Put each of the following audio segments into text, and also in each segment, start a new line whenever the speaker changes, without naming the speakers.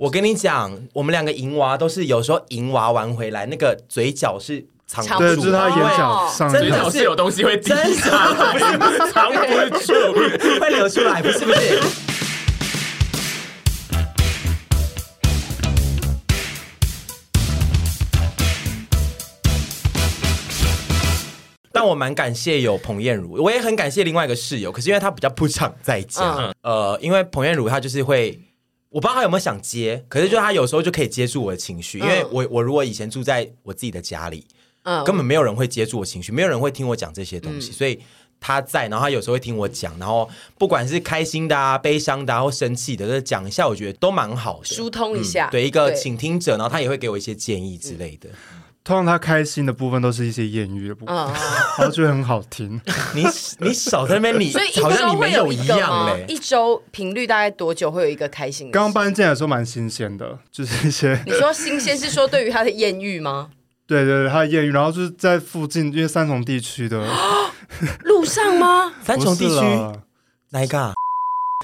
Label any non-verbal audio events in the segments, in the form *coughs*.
我跟你讲，我们两个银娃都是有时候银娃玩回来，那个嘴角是藏
藏
不
不
住
住
的
对，就是他眼角上
哦真
嘴
的
扬
角是有东西会滴下来，不是藏不住。
会流出来，不是不是。但我蛮感谢有彭艳茹，我也很感谢另外一个室友，可是因为她比较不常在家，呃，因为彭艳茹她就是会。我不知道她有没有想接，可是就她有时候就可以接住我的情绪，因为
嗯
我我如果以前住在我自己的家里，
嗯
根本没有人会接住我情绪，没有人会听我讲这些东西，所以他在，然后他有时候会听我讲，然后不管是开心的啊、悲伤的啊或生气的，都讲一下，我觉得都蛮好的，嗯
疏通一下
对一个
对
倾听者，然后他也会给我一些建议之类的。
通常他开心的部分都是一些艳遇的部分，
嗯，
*laughs*
*laughs*
然后觉得很好听。
你你少在那边，
*laughs*
你
所以一
好像
周
你
会
没有
一
一
个
样
吗？
嘞。
一周频率大概多久会有一个开心的事？
刚搬进来的时候蛮新鲜的，就是
*laughs*
一些
你说新鲜是说对于他的艳遇吗？
对对对，他的艳遇，然后就是在附近，因为三重地区的
路上吗？
啊三重地
不是
区
啦
哪一个啊？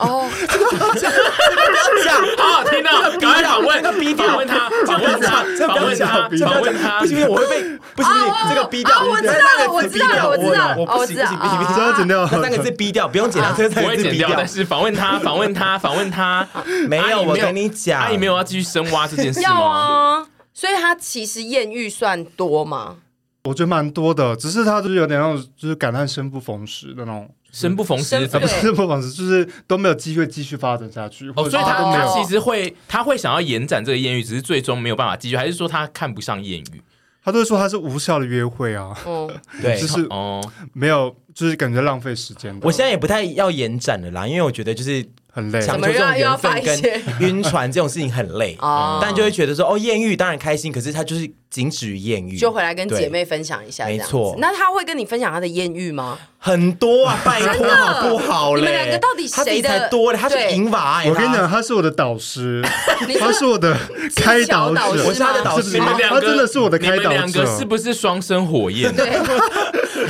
哦，
这
好好听哦，
赶快访问
那个逼
访
调
问
他，
访问他
访问他
样
访
不
问
行，不行，我会被不行， *laughs* 这个逼
啊
掉，
我知道了
那个字
我知道了
逼掉
我知道了
我
哦
不
我
行，
知道
不行，不行，
哦
不
你
行
知。道剪掉
啊那三个字逼
啊
掉，不用剪，那这
不
三
会
个字逼掉。
是访问他，访问他，访问他，
没
阿姨
有，我
没有
跟你讲，
阿姨没有要继续深挖这件事
要
吗？
啊。所以他其实艳遇算多吗？
我觉得蛮多的，只是他就是有点那种就是感叹生不逢时的那种，
生不逢时
生
是怎么
对？
生不逢时就是都没有机会继续发展下去，或
哦，
者
所以
是
他
都没
他
有。
其实会，他会想要延展这个艳遇，只是最终没有办法继续，还是说他看不上艳遇？
他都会说他是无效的约会啊，
嗯，
对
就。是
哦，
没有，就是感觉浪费时间的。
我现在也不太要延展了啦，因为我觉得就是
很累，
强
怎么又
求这种
要又要
缘
发
分
一
跟
些
*laughs* 晕船这种事情很累，
哦
但就会觉得说哦，艳遇当然开心，可是它就是仅止于艳遇，
就回来跟
对
姐妹分享一下，这样
没错
子那他会跟你分享他的艳遇吗？
很多啊，拜托好不好嘞？
你们两个到底
他自己
谁的
才多嘞？他是
对
银娃，
我跟你讲，，他是我的导师，
你
他
说
是我的开导
导
者，
我是
师
他的
吗
导
是
师，
不
你
是
吗
啊
们两个
他真的是我的开导者
你们两个是不是双生火焰？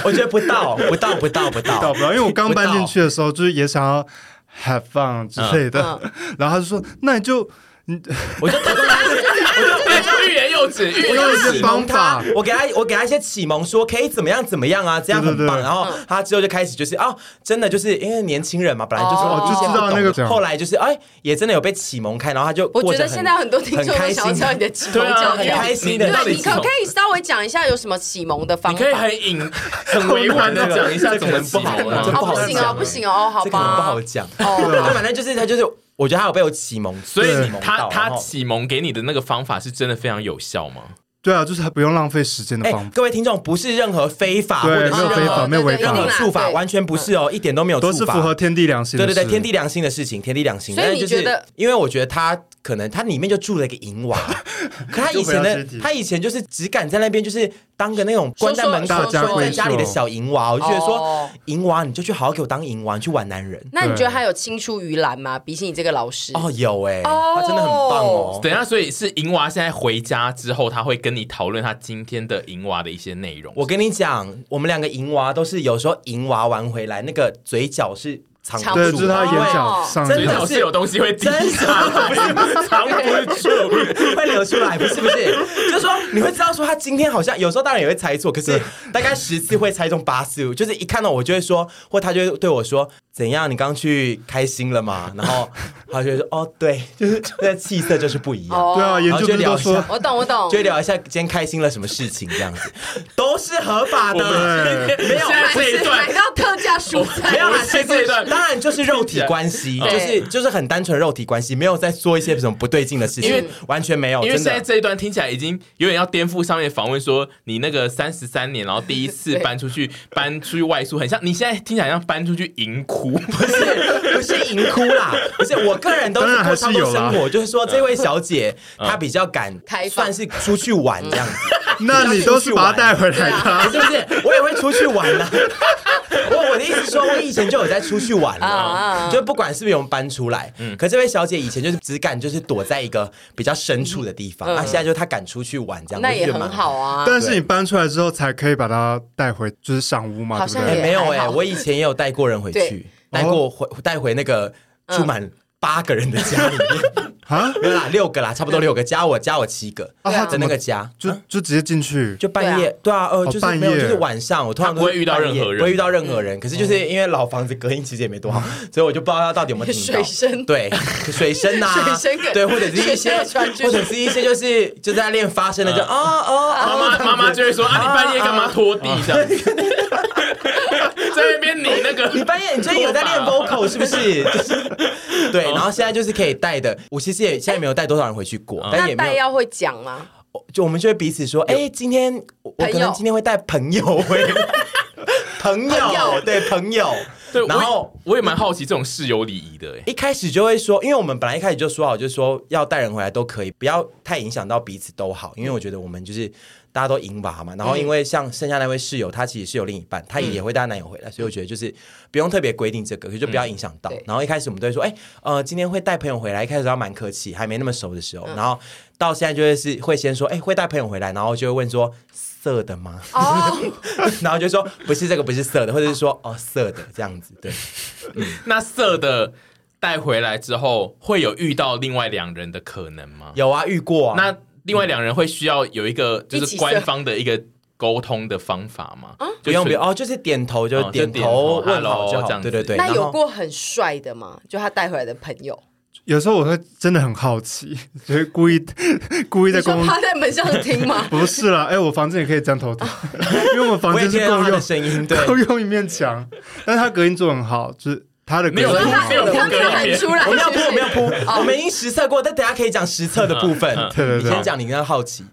我觉得不到，不到，不到，不
到
到
不。了，因为我刚搬进去的时候，就是也想要 have fun
嗯
之类的，然后他就说，那你就
我就偷偷拿，
哎欲言又止，欲
我
言
用
就
一些
启蒙他
*laughs* 方法，
我给他，我给他一些启蒙，说可以怎么样怎么样啊，这样很
对对
棒。
对
然后
嗯
他之后就开始就是哦，真的就是因为年轻人嘛，本来就是
哦
一些不懂的
就知道那个
后来就是哎，也真的有被启蒙开，然后他就
我
过
觉得
很
现在很多听众
很
都
开
想要
心
知道你的启
对
蒙
啊，
教
很
条
开。心的到
对，你
底启
可
蒙
不可以稍微讲一下有什么启蒙的方
你
法？
可以很隐很委婉的讲一下怎么啊启蒙
哦，
这个不好
不
吗？
行
讲
哦，
欸
不行哦，好
这个很
吧，
不好讲。啊
哦。
但反正就是他就是，我觉得他有被我启蒙，
所以
启蒙
他
到然
他
后
启蒙给你的那个方法是真的非常有效吗？
对啊，就是他不用浪费时间的
哎
方，法，
各位听众不是任何非法或
对
者是
没有
任
非法
何
没有违
任
法
何触法，
对嗯
完全不是哦，一点都没有
都
触
是符
法，
合天地良心
对
的
对
事。
对，天地良心的事情，天地良心。
所以
但是
你
就是
觉得
因为我觉得他可能他里面就住了一个银
*laughs*
娃，可他以前
就回到
的
这题
他以前就是只敢在那边就是当个那种关在门
说
口
说大家
关在家里的
闺秀
小银娃，我就觉得说
哦
银娃你就去好好给我当银娃，你去玩男人。
那你觉得他有青出于蓝吗？比起你这个老师，
哦，有哎，
哦
他真的很棒哦。
等一下，所以是银娃现在回家之后，他会跟你讨论他今天的银娃的一些内容。
我跟你讲，我们两个银娃都是有时候银娃玩回来，那个嘴角是藏
藏
不
对，
住
就
的，
是他眼角上
真
嘴
的
角是有东西会滴下来，藏不住。
*laughs* 会流出来，不是不是，就是说你会知道说他今天好像有时候当然也会猜错，可是大概十次会猜中八次，就是一看到我就会说，或他就会对我说怎样，你刚去开心了嘛？然后他就会说哦对，就是那气色就是不一样。
哦
对啊，研究不是都说
然后
我懂，我懂，
就聊一下今天开心了什么事情，这样子 *laughs* 都是合法
我们
的，
对
没有现在这一段
买到特价哦蔬菜，
没有啊啦
我，现阶段
当然就是肉体关系，
对
就是就是很单纯的肉体关系，没有在做一些什么不对劲的事情，
嗯
因为
完全没有，
因为
真
现在
的。
这一段听起来已经有点要颠覆上面访问，说你那个三十三年，然后第一次搬出去，搬出去外宿，很像你现在听起来像搬出去淫哭，
不是不是淫哭啦，不是我个人都是
当
过
然还是
差不多
有啦
生活，就是说这位小姐她比较敢
开放
算是出去玩这样子，
*laughs* 那你都是把他带回来
对
的。啊
是不是？我也会出去玩啦。 *laughs* 我我的意思是说，我以前就有在出去玩
啊啊
了
啊，
就不管是不是我们搬出来，
嗯
可这位小姐以前就是只敢就是躲在一个比较深处的地方，
嗯
啊，现在就是她敢出去玩这样，
那
我就觉
也
得
很
蛮
好。啊。
但是你搬出来之后，才可以把他带回，就是上屋嘛，
好
对
像
不
哎，
也
对？
没有
还
哎，
好
我以前也有带过人回去
对，哦
带过回带回那个住满八个人的家里面。 *laughs*
啊
没有啦，六个啦，差不多六个，加我加我七个
啊他
的
怎
那
么
个加，
就就直接进去？
就半夜，对啊，呃，
哦
就是
半
没有，
夜
就是晚上，我通常都
他不会遇到
是半
任
夜
何人
不会遇到任何
嗯
人。可是就是因为老房子隔音其实也没多
*laughs*
好，所以我就不知道他到底有没有听到
水声
对，水声呐，
*laughs* 水声梗
对，或者是一些
水声有传，出去
或者是一些就是就在练发声的，就哦
嗯
哦哦， *laughs*
妈妈妈妈就会说啊，你半夜干嘛拖地这样子？ *laughs* 在那边你那个
你半夜你最近有在
*laughs*
练 vocal 是不是？就是
哦
对，然后现在就是可以带的，我其实也现在没有带多少人回去过，但
嗯那
哎也
带
没有，
要会讲吗？
就我们就会彼此说，哎，今天我我
朋友
可能今天会带朋友回
*laughs*
来，朋
朋
友
友
对朋友，
*laughs* 对，我也
然后。
我也蛮好奇这种室友礼仪的哎。
一开始就会说，因为我们本来一开始就说好，就是说要带人回来都可以，不要太影响到彼此都好。因为我觉得我们就是大家都赢吧
嗯
嘛。然后因为像剩下那位室友，她其实是有另一半，她也会带男友回来，所以我觉得就是不用特别规定这个，可是就不要影响到
嗯对。
然后一开始我们都会说，哎、呃，今天会带朋友回来。一开始要蛮客气，还没那么熟的时候，
嗯
然后到现在就会是会先说，哎、会带朋友回来，然后就会问说。色的吗？ *laughs*
哦，
然后就说不是这个，不是色的，或者是说哦色的这样子，对。嗯
*laughs* 那色的带回来之后，会有遇到另外两人的可能吗？
有啊，遇过啊。
那另外两人会需要有一个
嗯
就
一
是
起色啊
官方的一个沟通的方法吗？
不
就
用
是
不用哦，就是点头就
哦
点
就点头
头问好就
hello，
好，
这样
对
子
对对。
那
然
有
后
过很帅的吗？就他带回来的朋友，
有时候我会真的很好奇， *laughs* 就会故意故意在
你
公
说
共？
趴在门上听
*laughs*
吗
*laughs* 不是啦，哎、我房间也可以这样头顶， *laughs* 因为我们房
我也听得
间是
到
共
他的
用
声音，
*laughs*
对，
共用一面墙，但是它隔音做很好，就是它的隔
没
音
有
你
做
说
很
他
他
好
没有
他没有喊出来，
我们要铺
是不是
我们要
*laughs* 哦
铺，我们已经实测过，但等一下可以讲实测
*laughs*
的部分
嗯嗯。
对对
你
对
先讲你跟他好奇，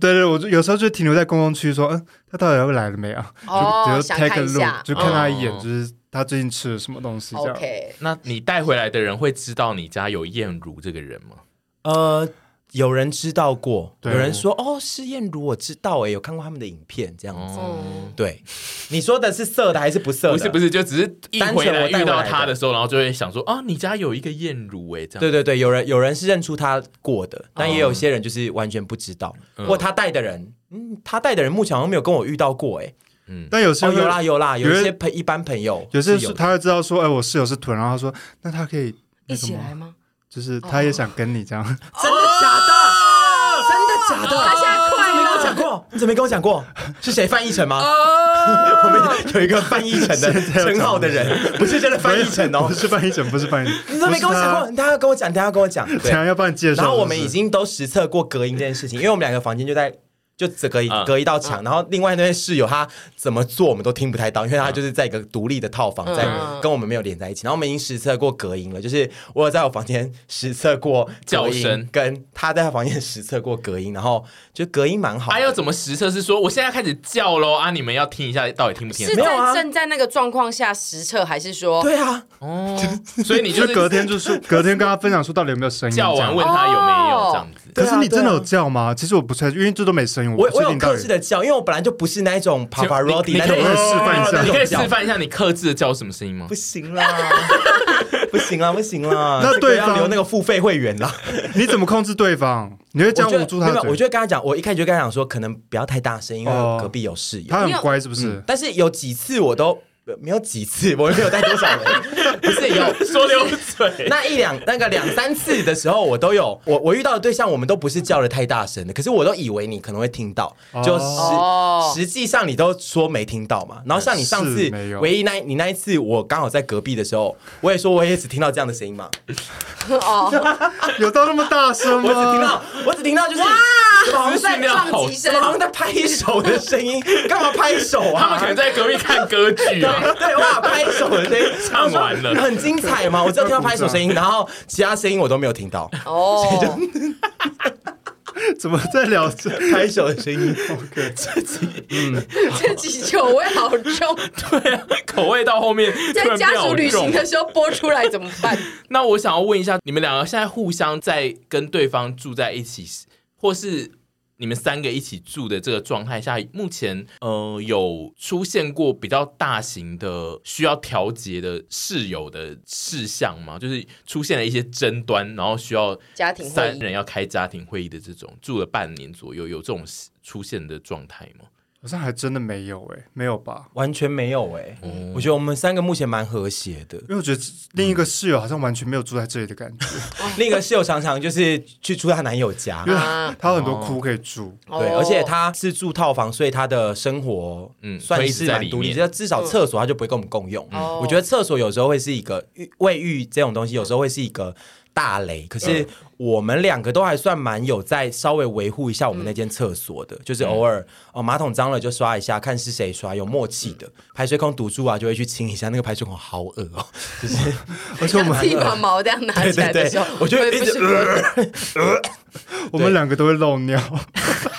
对对，我就有时候就停留在公共区，说，嗯，他到底要来了没啊？
哦
就就
想
take
看
a
一下哦
look，就看他一眼
哦，
就是他最近吃了什么东西这样。
OK，
那你带回来的人会知道你家有燕如这个人吗？
呃，有人知道过，有
对
人说哦，施燕如我知道，哎，有看过他们的影片这样子。
嗯，
对，你说的是色的还是不色的？
哦不是不
是，
是，就只是一
单纯
回来
我带回
遇到
来
他
的
的时候，然后就会想说啊，你家有一个燕如哎，这样
对对对，有人有人是认出他过的，但
哦
也有些人就是完全不知道，或他带的人，嗯，他带的人目前好像没有跟我遇到过，哎，
但有些
哦，
人
有啦有啦，有
有
一
人
些朋一般朋友
有些
是
是
有的
他会知道说，哎，我室友是豚，然后他说，那他可以
一
那个
起来
吗？
吗？
就是他也想跟你
*laughs*
这样，
真的假的？真的假的？
他现在快
你没跟我讲
乐。
过，你怎么没跟我讲过？是谁？范逸臣吗？我们有一个范逸臣的称号的人，不是真的范逸臣哦
不。 *laughs* 是翻译成，不是翻译成，
*laughs* 你怎么没跟我讲过？
不
你等一下要跟我讲，你等一下要跟我讲。对，
是他？想要帮你介绍，
然后我们
是
已
不是
经都实测过隔音这件事情，因为我们两个房间就在。就只隔一
嗯
隔一道墙，然后另外那位室友他怎么做我们都听不太到，因为他就是在一个独立的套房，
嗯
在跟我们没有连在一起。然后我们已经实测过隔音了，就是我有在我房间实测过
叫
隔音
声
跟他在他房间实测过隔音，然后就隔音蛮好的。
啊，要怎么实测？是说我现在开始叫喽啊！你们要听一下，到底听不听
是
得到？
没有啊
在正在那个状况下实测，还是说
*laughs* 对
嗯
啊，
哦，所以你就
就是隔天就是隔天跟他分享说到底有没有声音，
叫
这
完
样
问他有没有这样
哦
子。
对
可
啊
是你真的
对啊
有叫吗？其实我不太，因为这都没声音，
我
不
我
确
有
定到
克
底
制。的叫，因为我本来就不是那一种 Pavarotti
你
那
可以
种
我示范一下
哦你可以示
那种叫
范一下你克制的叫什么声音吗
不？行啦， *laughs* 不行啦，不行啦，
那
这个
对
要
方
留那个付费会员啦。
你怎么控制对方？你会这
我
样
觉
捂
得
住
没
他
有
的
我
嘴？
就跟他讲，我一开始就跟他讲说，可能不要太大声，因为
哦
隔壁有嗯室友。
他
你有
很乖是不是？
但是有几次我都呃没有几次，我也没有带多少
*laughs*
人，不是有。
说溜嘴，
那一两那个两三次的时候，我都有我我遇到的对象，我们都不是叫的太大声的，可是我都以为你可能会听到，就实、
哦
实际上你都说没听到嘛。然后像你上次
是没有
唯一那你那一次，我刚好在隔壁的时候，我也说我也只听到这样的声音嘛，
哦，
有到那么大声
我只听
吗？
到我只听到就是怎么好像在
资料好
撞击
怎么好啊像
声？
在拍手的声音，干嘛拍手
*laughs* 他们
啊
可？能在隔壁看歌剧啊。
对，哇，拍手的声音
唱完
*laughs*
了
很精彩嘛！我只有听到拍手声音，然后其他声音我都没有听到。
*laughs*
*laughs*
哦，
怎么在聊这？
拍手的声音，
这几酒味好
*laughs*
重，
对啊，口味到后面突
啊
在
然变
家
好
族旅行
重。
的时候播出来怎么
*laughs*
办？
那我想要问一下，你们两个现在互相在跟对方住在一起，或是你们三个一起住的这个状态下，目前呃有出现过比较大型的需要调节的室友的事项吗？就是出现了一些争端，然后需要
家庭会
三
议
人要开家庭会议的这种，住了半年左右，有这种出现的状态吗？
好像还真的没有哎、没有吧？
完全没有哎、我觉得我们三个目前蛮和谐的。
因为我觉得另一个室友好像完全没有住在这里的感觉，
另一个室友常常就是去住她男友家
因，为
啊
他有很多
哦
窟可以住。
对，
哦
而且她是住套房，所以她的生活
嗯
算
会一
是
直在
蛮
里
独立，
面
就至少厕所她就不会跟我们共用。
哦
我觉得厕所有时候会是一个浴卫浴这种东西，有时候会是一个大雷。可是我们两个都还算蛮有在稍微维护一下我们那间厕所的，就是偶尔哦马桶脏了就刷一下，看是谁刷，有默契的。排水孔堵住啊，就会去清一下，那个排水孔好恶哦，就是
而且我们
自己把毛这样拿起来的时候，
对对对我就
会
一直
不是
我们两个都会漏尿，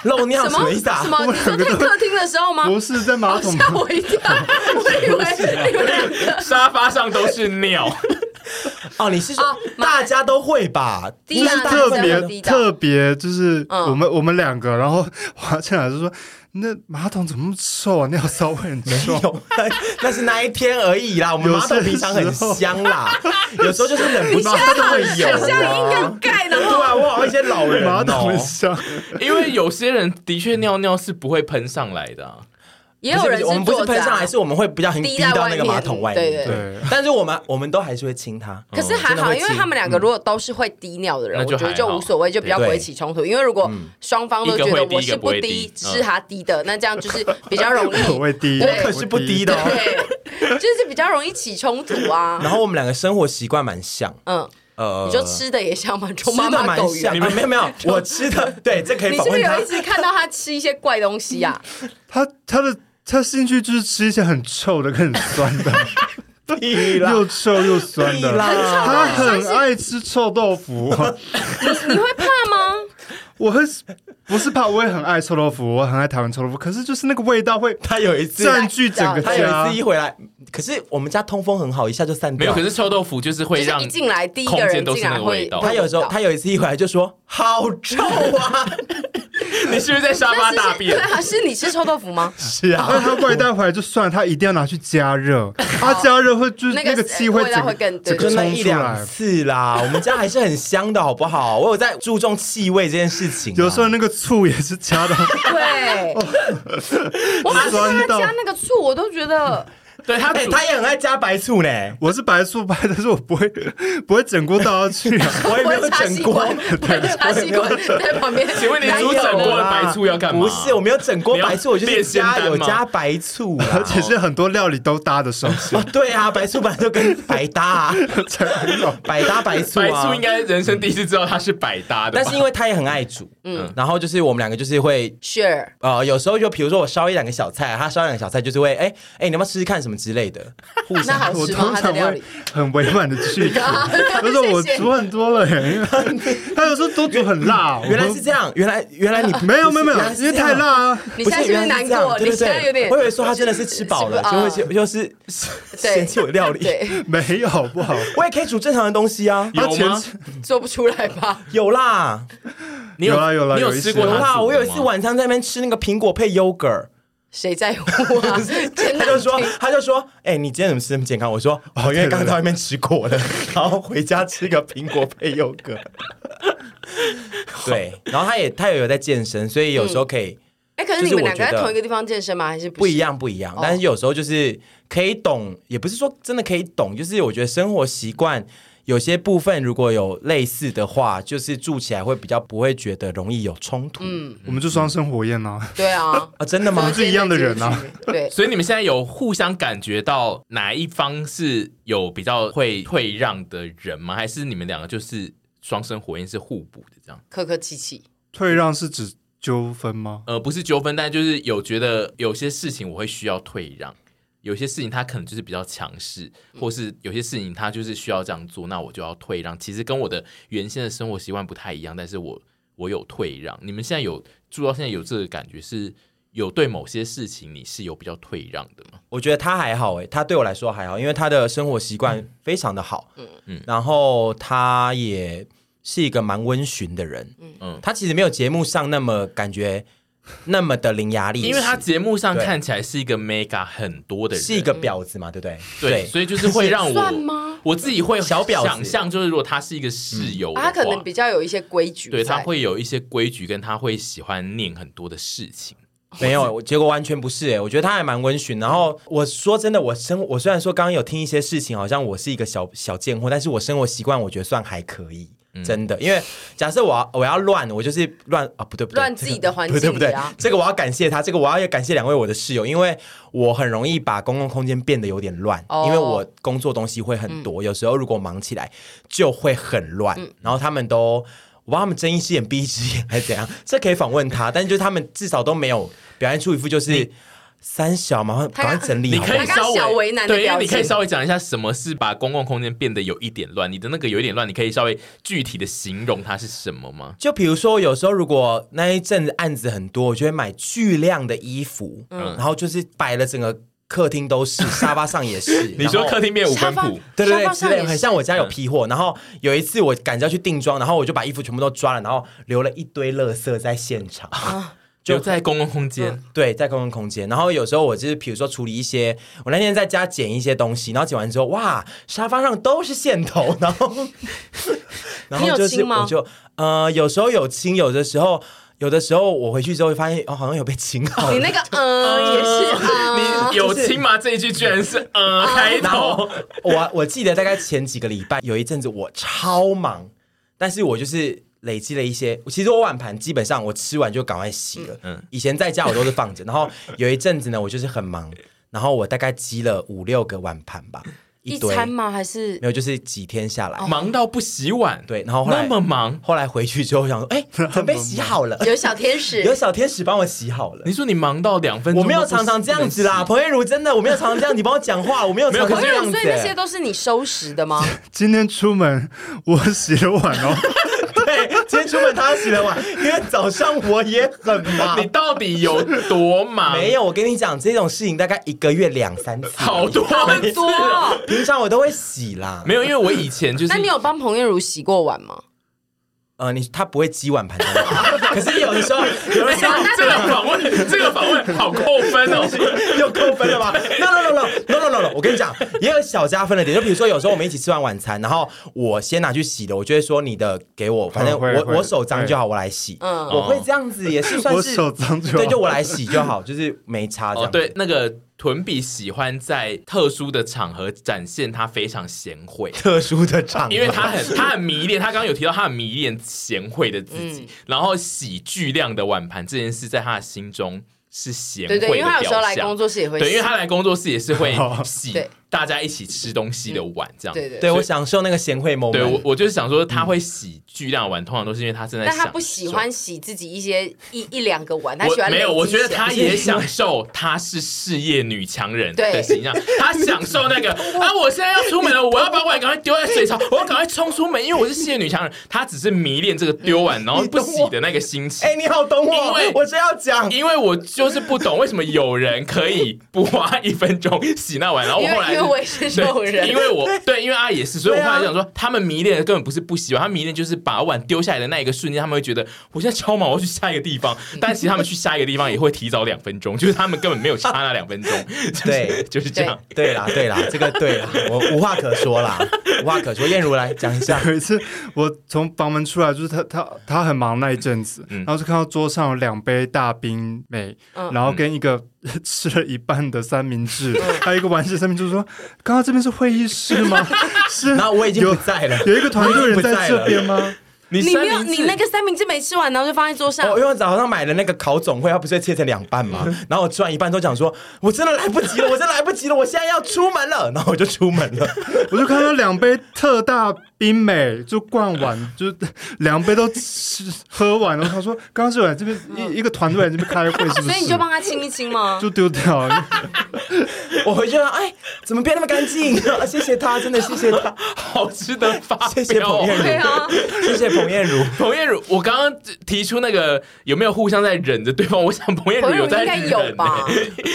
漏尿
什
什
么
么意思啊
什？么？你说在客厅的时候吗？
不是在马
哦
桶
吓我一跳，我以
啊
为你们两个
沙发上都是尿， *laughs*
哦，你是
哦
说
马
大家都会吧？
滴
就
答
是
答
特
这样的滴
别
答
特别，就是
嗯
我们、我们两个，然后华倩老师说：“那马桶怎么那么臭啊？尿骚味很重。
有，那是那一天而已啦。我们
有
马桶
些
平常很
时候
香啦，有时候就是忍不住
你现在
都会有
很像
啊。
硬盖，然
对
后
啊，我好像一些老人
马桶很
哦。
香，
因为有些人的确尿尿是不会喷上来的啊、
也有人
不是不是我们不是
坐着
喷
啊
上来，是我们会比较很
滴
滴
在
到
外
那个马
面
桶外
对
面。
对
对，
但是我们我们都还是会亲它。
嗯
可是还
真的
好，
会
因为
亲
他们两个如果都是会滴尿的人，我
那就
觉得
还
就
好嗯
无所谓，就比较不会
对
起冲突。因为如果双方都
一个
觉得
会滴
我
一
是
个不
不
会嗯
滴
滴，
只是他滴的，那这样就是比较
*laughs*
容易，
我会滴，
对
我可是不滴的哦。
对，就是比较容易起冲突啊。
然后我们两个生活习惯蛮像，
嗯，
呃，
你就吃的也像吗？
吃
从妈
的
妈
蛮
狗
像，
远。
啊没有没有，我吃的对，这可以
你
访
是不是
问他
有一。直看到他吃一些怪东西啊
*laughs*
呀、
他他的他兴趣就是吃一些很臭的跟很酸的，
*laughs* 屁啦
*laughs* 又臭又酸
屁
的。
啦，
他很爱吃臭豆腐，
*laughs* 你会怕吗？
*laughs* 我很不是怕，我也很爱臭豆腐，我很爱台湾臭豆腐，可是就是那个味道会
他有一次
占据整个
他有一
家
次一。回来，可是我们家通风很好，一下就散
没
掉。
有，可是臭豆腐就是会
就是
让
一进来第一
空
个
间
人
都
进
是
来
那个
会
哦
味道
会
他有时候
闻到
他有一次一回来就说好臭 *laughs* 啊，
你是不是在沙发大便
*laughs* 对？啊，是你吃臭豆腐
*laughs*
吗？
是
但是他外带回来就算了，他一定要拿去加热，他加热会就是
哦那个
那个气会
味道
整
会
个
更对
整
就
个
那
冲
一
出
两
来。
次啦，我们家还是很香的好不好？我有在注重气味这件事情啊。
有时候那个醋也是加的，
对，
哦
我每次看他加那个醋，我都觉得
对他
哎，
煮
他也很爱加白醋 *laughs* 呢，
*laughs* 我是白醋白，但是我不会不会整锅倒下去啊。
*laughs*
我也
不
没
会
有
插
整
吸
锅
管，。不会插吸管在旁边。
请问你
哪有
煮整锅的白醋要干嘛？
不是，我没有整锅白醋，我就
你
是
要炼仙
加
丹
有
吗
加白醋啦。
而且是很多料理都搭得上线
哦，，对啊，白醋本来就跟白搭
*laughs*
啊，
才很好
百搭白醋
白
啊
醋应。该人生第一次知道它是百搭的吧，
但是因为他也很爱煮，嗯，然后就是我们两个就是会
Sure，
呃，有时候就比如说我烧一两个小菜，他烧一两个小菜，就是会哎哎、你要不要试试看什么之类的，
*laughs*
互
那
相
好
我
吃吗？
通
他的
常
料理
会？很委婉的拒
*laughs*
绝，他说我
谢谢。
煮很多了耶，
*laughs*
因为他有时候都煮很辣，啊
原来是这样，原来原来
*laughs*
你
没有没有没有
原来，是
因为
这样
太辣啊，
你现在是不是难过？
对
你
对
现在有
对，
点
我以为说他真的是吃饱了，
吃不
就
啊
会就就是
对
嫌弃我料理。
对
没有不好。
我也可以煮正常的东西啊，
有吗？
做不出来吧？
有啦
你有
有啦有啦
你有
有一次
吃过
有
它煮的
啦，
吗
我有一次晚上在那边吃那个苹果配 yogurt，
谁在乎
*laughs*
啊？真
他
的
就说他就说，哎、你今天怎么吃那么健康？我说哦，因为刚刚在外面吃过了，然后回家吃个苹果配 yogurt。对，然后他也他也有在健身，所以有时候可以。
哎，可是
就是
你们
我
两个在
觉得
同一个地方健身吗？还是
不
是
一？样，不一样
哦。
但是有时候就是可以懂，也不是说真的可以懂，就是我觉得生活习惯有些部分如果有类似的话，就是住起来会比较不会觉得容易有冲突。嗯，
我们就双生火焰啊，
对啊，
啊， *laughs* 真的
我
吗？
是一样的人啊。
对，
所以你们现在有互相感觉到哪一方是有比较会退让的人吗？还是你们两个就是双生火焰是互补的这样？
客客气气。
退让是指纠纷吗？
呃，不是纠纷，但就是有觉得有些事情我会需要退让，有些事情他可能就是比较强势，或是有些事情他就是需要这样做，那我就要退让。其实跟我的原先的生活习惯不太一样，但是我我有退让。你们现在有住到现在有这个感觉是？有对某些事情你是有比较退让的吗？
我觉得他还好诶、欸他对我来说还好，因为他的生活习惯非常的好，嗯嗯，然后他也是一个蛮温驯的人，
嗯
嗯，他其实没有节目上那么感
*laughs*
觉那么的伶牙俐齿，
因为他节目上
对
看起来是一个 mega 很多的人，嗯
是一个婊子嘛，对不对？
对，所以就是会让
*laughs*
我
算吗
我自己会
小婊子嗯
想象，就是如果他是一个室友的话，
啊他可能比较有一些规矩在，
对他会有一些规矩，跟他会喜欢念很多的事情。
没有，结果完全不是哎、我觉得他还蛮温驯。然后我说真的，我生我虽然说刚刚有听一些事情，好像我是一个小小贱货，但是我生活习惯我觉得算还可以。
嗯
真的，因为假设我要我要乱，我就是乱啊，不对不对，
乱自己的
*laughs*
环
不对
境
不
里
对
啊，，
这个我要感谢他，这个我要也感谢两位我的室友，因为我很容易把公共空间变得有点乱，
哦嗯
因为我工作东西会很多，有时候如果忙起来就会很乱，然后他们都。我帮他们睁一只眼闭一只眼，还是怎样？ *laughs* 这可以访问他，但是就是他们至少都没有表现出一副就是三小嘛，
他
赶快整理
你
好
可以
了。
刚刚
稍微
小为难的
对，因为
表
你可以
情
稍微讲一下什么是把公共空间变得有一点乱，你的那个有一点乱，你可以稍微具体的形容它是什么吗？
就比如说，有时候如果那一阵子案子很多，我就会买巨量的衣服，
嗯
然后就是摆了整个客厅都是， *laughs* 沙发上也是。
*laughs* 你说
然后
客厅变五分
沙发
谱，
对对
沙
对，
发
之
上
类
也
的，
是
很像我家有批货。然后有一次我赶着要去定妆，然后我就把衣服全部都抓了，然后留了一堆垃圾在现
*laughs*
场。
就在公共空间，
对，在公共空间。然后有时候我就是，比如说处理一些，我那天在家剪一些东西，然后剪完之后，哇，沙发上都是线头，然后， *laughs* 然后就
你有
是
清吗
我就呃，有时候有清，有的时候。有的时候我回去之后会发现，哦，好像有被清好
你那个
呃
嗯也是
啊
嗯，
你有亲吗？这一句居然是呃开
然后
头，
我我记得大概前几个礼拜有一阵子我超忙，但是我就是累积了一些。其实我碗盘基本上我吃完就赶快洗了。嗯，以前在家我都是放着，然后有一阵子呢，我就是很忙，然后我大概积了五六个碗盘吧，
一
堆
餐吗？还哦是
没有，就是几天下来，
忙到不洗碗，
对，然后后
那
来
么忙，
后来回去之后想说，
*laughs*
哎、准备洗好
*laughs*
了，
有小天
有
使？
小天使帮我洗好了
你。说你忙到两分钟，
我没有常常这样子啦，。彭月如真的，我没有常常这样，你帮我讲话，我没有
没
常
有
常
朋
这
友
样，子、
所以那
哎
些都是你收拾的
*laughs*
吗？ *laughs*
今天出门 *laughs* 我洗了碗哦，
对，今天出门他洗了碗，因为早上我也很忙
你。到底有多忙？
啊 *laughs* 没，有，我跟你讲，这种事情大概一个月两三次，
好多
好多哦。
平常我都会洗啦。
没有，因为我以前就是
那你有帮彭月如洗过碗吗？
呃，你他不会积碗盘的， *laughs* 可是有的时候，有的时候。
*laughs*
这个访问，这个访问好扣分哦。
又扣分 *laughs* 了吗？No no no no no no no no！我跟你讲，也有小加分的点，就比如说有时候我们一起吃完晚餐，然后我先拿去洗的，我就会说你的给我，反正
会
我
会
我手脏就好，我来洗。
嗯
哦
我会这样子，也是 *laughs* 算
我
是
手脏就好
对，就我来洗就好，就是没差这
*laughs* 哦，
样。
对，那个屯比喜欢在特殊的场合展现他非常贤惠。
特殊的场合，
因为他很他很迷恋，他刚刚有提到他很迷恋贤惠的自
嗯
己，然后洗巨量的碗盘这件事，在他的心中是贤惠
对
的
对，因为他有时候
表
来
象
工作室也会洗，
对，因为他来工作室也是会洗
对
大家一起吃东西的碗这样。
对对
对我享受那个贤惠 moment。
对我我就是想说，他会洗巨量的碗，通常都是因为他正在
但他
享
不喜
受
欢洗自己一些一一两个碗，他喜
我
欢
没有，
累积
我觉得
起来
她也享受她是事业女强人的
对
形象，她享受
*laughs*
那个啊，我现在要出门了，我要把碗赶快丢在水槽，我要赶快冲出门，因为我是事业女强人。她只是迷恋这个丢碗然后不洗的那个心情
*laughs*
哎、。你好懂
因
我
为，
我真要讲。
因为我就是不懂为什么有人可以不花一分钟洗那碗，然后我
因
后来
为因为我也是这种 *laughs*
对，
人，
因为我对，因为阿姨也是，所以我
对啊
后来想说，他们迷恋的根本不是不洗碗，他迷恋就是把碗丢下来的那一个瞬间，他们会觉得我现在超忙，我要去下一个地方。但其实他们去下一个地方也会提早两分钟，就是他们根本没有差那两分钟， *laughs* 就是
对
就是这样。
对啦，对啦，这个对啦，我无话可说
*laughs*
啦，无话可说。燕如来讲一下，
有一次我从房门出来，就是他他他很忙那一阵子，
嗯
然后就看到桌上有两杯大冰美，
嗯
然后跟一个 *laughs* 吃了一半的三明治，
嗯
还有一个完整的三明治，说：“刚刚这边是会议室
*laughs*
吗？是
然后我已经
有
不在了，
有一个团队人
我已经不在
在
了
这边吗？”
你
你没有
三明治哎
你那个三明治没吃完，然后就放在桌上
哦，因，为我早上买了那个烤总会，它不是会切成两半吗？
*laughs*
然后我吃完一半都讲说，我真的来不及了，我真的来不及了，我现在要出门了，然后我就出门
*laughs*
了。
我就看到两杯特大冰美，就灌完，就是两杯都吃喝完了。他说：“刚刚是有人这边一一个团队人这边开会，是不是？”
所以你就帮他清一清吗？
就丢掉了。
我回去了，哎，怎么变那么干净？啊谢谢他，真的谢谢他，
好值得发
谢谢
飙
彭
哦。
燕
对
如，
啊，
谢谢彭燕如。
彭燕如，我刚刚提出那个有没有互相在忍着对方，我想彭燕如
彭月如
在
应该
忍、欸
有吧？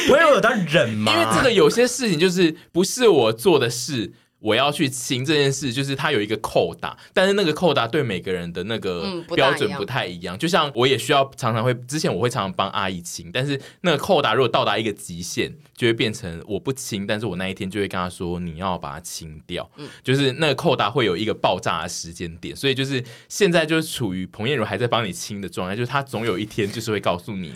彭燕如有当忍吗？
因为这个有些事情就是不是我做的事，我要去清这件事，就是它有一个扣打，但是那个扣打对每个人的那个
嗯不大
标准不太一样。就像我也需要常常会，之前我会常常帮阿姨清，但是那个扣打如果到达一个极限，就会变成我不清，但是我那一天就会跟她说你要把它清掉，
嗯
就是那个扣打会有一个爆炸的时间点，所以就是现在就是处于彭燕如还在帮你清的状态，就是她总有一天就是会告诉你。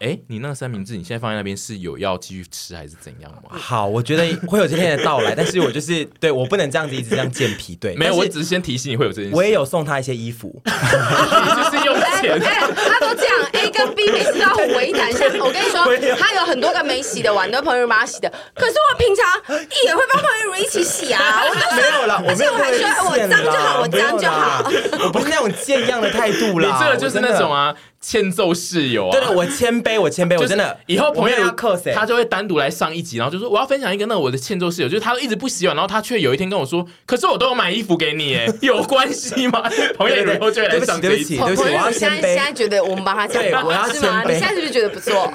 哎，你那个三明治你现在放在那边是有要继续吃还是怎样吗？
好，我觉得会有今天的到来，但是我就是对我不能这样子一直这样健脾，对，
没有，我
但是
只是先提醒你会有这件事。
我也有送他一些衣服，
你 *laughs* 就是用
哎
钱。
哎，他都这样，A 跟 B 每次都要很为难。
*laughs*
像我跟你说，他有很多个没洗的碗都彭于晏帮他洗的，可是我平常也会帮彭于晏一起洗
*laughs*
啊。我都
*laughs* 没有啦， *laughs* 我没有
而且我
这
还说
么贱啦
我脏就好我脏就好，
*laughs* 没有啦我不是那种贱样的态度
你
啦，
这个就是那种
啊，
啊，欠揍室友啊。
对对，我谦卑，我谦卑，
就
我
是
真的
以后
我
朋
没有
友
要克谁，
他就会单独来上一集，然后就说我要分享一个那我的欠揍室友，就是他一直不洗碗，然后他却有一天跟我说，可是我都有买衣服给你，哎，有关系吗？ *laughs* 朋友以后就会来
对不
上
起，
这
对
一
不起，
集。
对不
彭
起，
于
我要
晏现
谦
在现
卑
在。觉得我们帮他讲
对我要
话是吗？
谦卑
你现在是不是觉得不
*laughs*
错？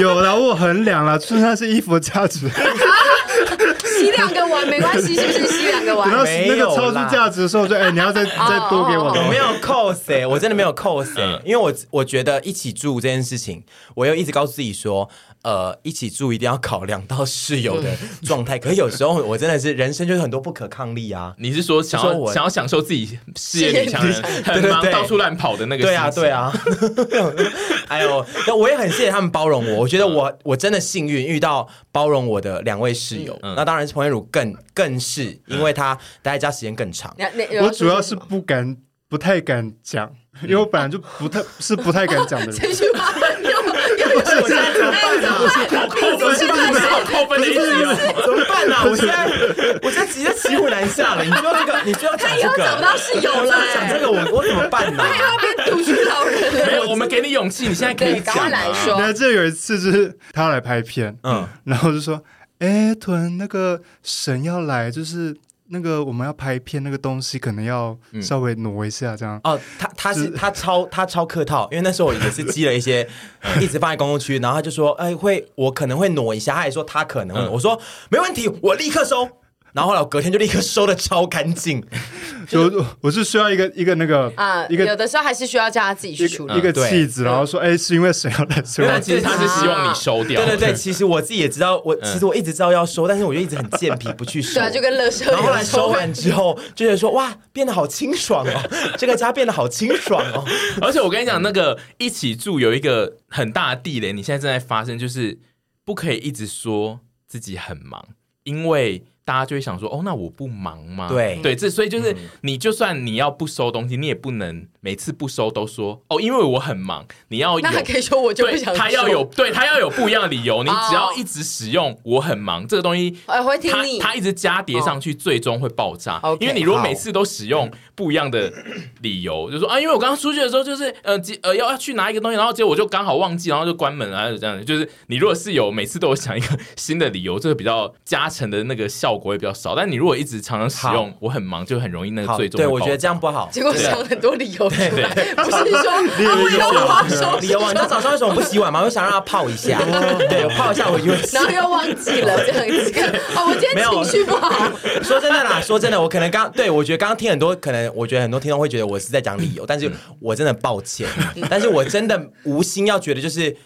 有啦，我衡量了，就是那是衣服的价
*laughs*
值，
洗两个碗没关系，是不是？洗两个碗
等到
没
那个
有
超出
啦
价值的时候，我就哎、你要再再多给我
哦
我
了
没。有扣谁，我真的没有扣谁
嗯，
因为我我觉得一起住这件事情，我又一直告诉自己说，呃，一起住一定要考量到室友的状态。可是有时候我真的是人生就是很多不可抗力啊，
你是说想
就说
要
我
想要享受自己事业女强人，
对
很
对
忙
对
到处乱跑的那个？
对啊，对，啊， *laughs* 哎呦，那我也很谢谢他们包容我。我觉得我我真的幸运遇到包容我的两位室友。
嗯
那当然是彭月如更更是，因为他待在家时间更长。
你你
我主要是不敢，不太敢讲，
嗯
因为我本来就不太是不太敢讲
*laughs*
的人。
这句话又又又是在怎么办呢？
扣分是
啊
不是好扣分的一集哦？
怎么办呢、啊 *laughs* 我现在我现在直接骑虎难下了。你就要这个，你就要讲
他以
这
后找不
个，
哎到室友了、
讲这
欸，
个我我怎么办呢、
他以后变独居老人了。
*laughs* 没有，我们给你勇气，你现在可以
对，赶快
讲
来
啊。
说。
那这有一次就是他来拍片，
嗯，
然后就说：“哎、屯那个神要来，就是那个我们要拍片那个东西，可能要稍微挪一下这样。
嗯哦，他他是他超他超客套，因为那时候我也是积了一
*laughs*
些，一直放在公共区，然后他就说，哎，会我可能会挪一下，他还说他可能会，
嗯
我说没问题，我立刻收。然后后来我隔天就立刻收的超干净，
就我我是需要一个一个那个
啊，
一个
有的时候还是需要叫他自己
一
去处
个
理
一。个
嗯对
气质，然后说：哎、是因为神要来，所以
但
我
其实他是希望你收掉。
对对对，其实我自己也知道，
嗯
我其实我一直知道要收，但是我就一直很健脾不去收
*laughs* 对啊，。就跟啊乐社。
然后后来收完之后，就觉得说哇，变得好清爽哦，这个家变得好清爽
*laughs*
哦。
而且我跟你讲，那个一起住有一个很大的地雷，你现在正在发生，就是不可以一直说自己很忙，因为大家就会想说，哦，那我不忙吗？
对
对，这所以
嗯
就是、你就算你要不收东西，你也不能每次不收都说，哦，因为我很忙，你要有
那。还可以说我就不
对
想。
他要有，，对他要有不一样的理由。你
哦
只要一直使用“我很忙”这个东西，
呃，会听
它
你。
它一直加叠上去，最终会爆炸。
OK，
因为你如果每次都使用不一样的理由，就说啊，因为我刚刚出去的时候就是呃急呃要要去拿一个东西，然后结果我就刚好忘记，然后就关门了，然后就这样。就是你如果是有每次都有想一个新的理由，这个比较加成的那个效果也比较少。但你如果一直常常使用，我很忙，就很容易那个
好，
最终
对
会
我
爆
觉得这样
炸
不好。
结果想很多理由出来，不是说啊，我
理由
又忘收
理由啊，你知道早上为什么不洗碗吗？我想让他泡一
*laughs*
下，对，泡一下我就会洗
然。后又忘记了这样子。哦，我今天情绪不好，
*laughs* 说真的啦，说真的，我可能刚对我觉得刚刚听很多，可能我觉得很多听众会觉得我是在讲理由，但
嗯
是我真的抱歉，但是我真的无心要觉得就是。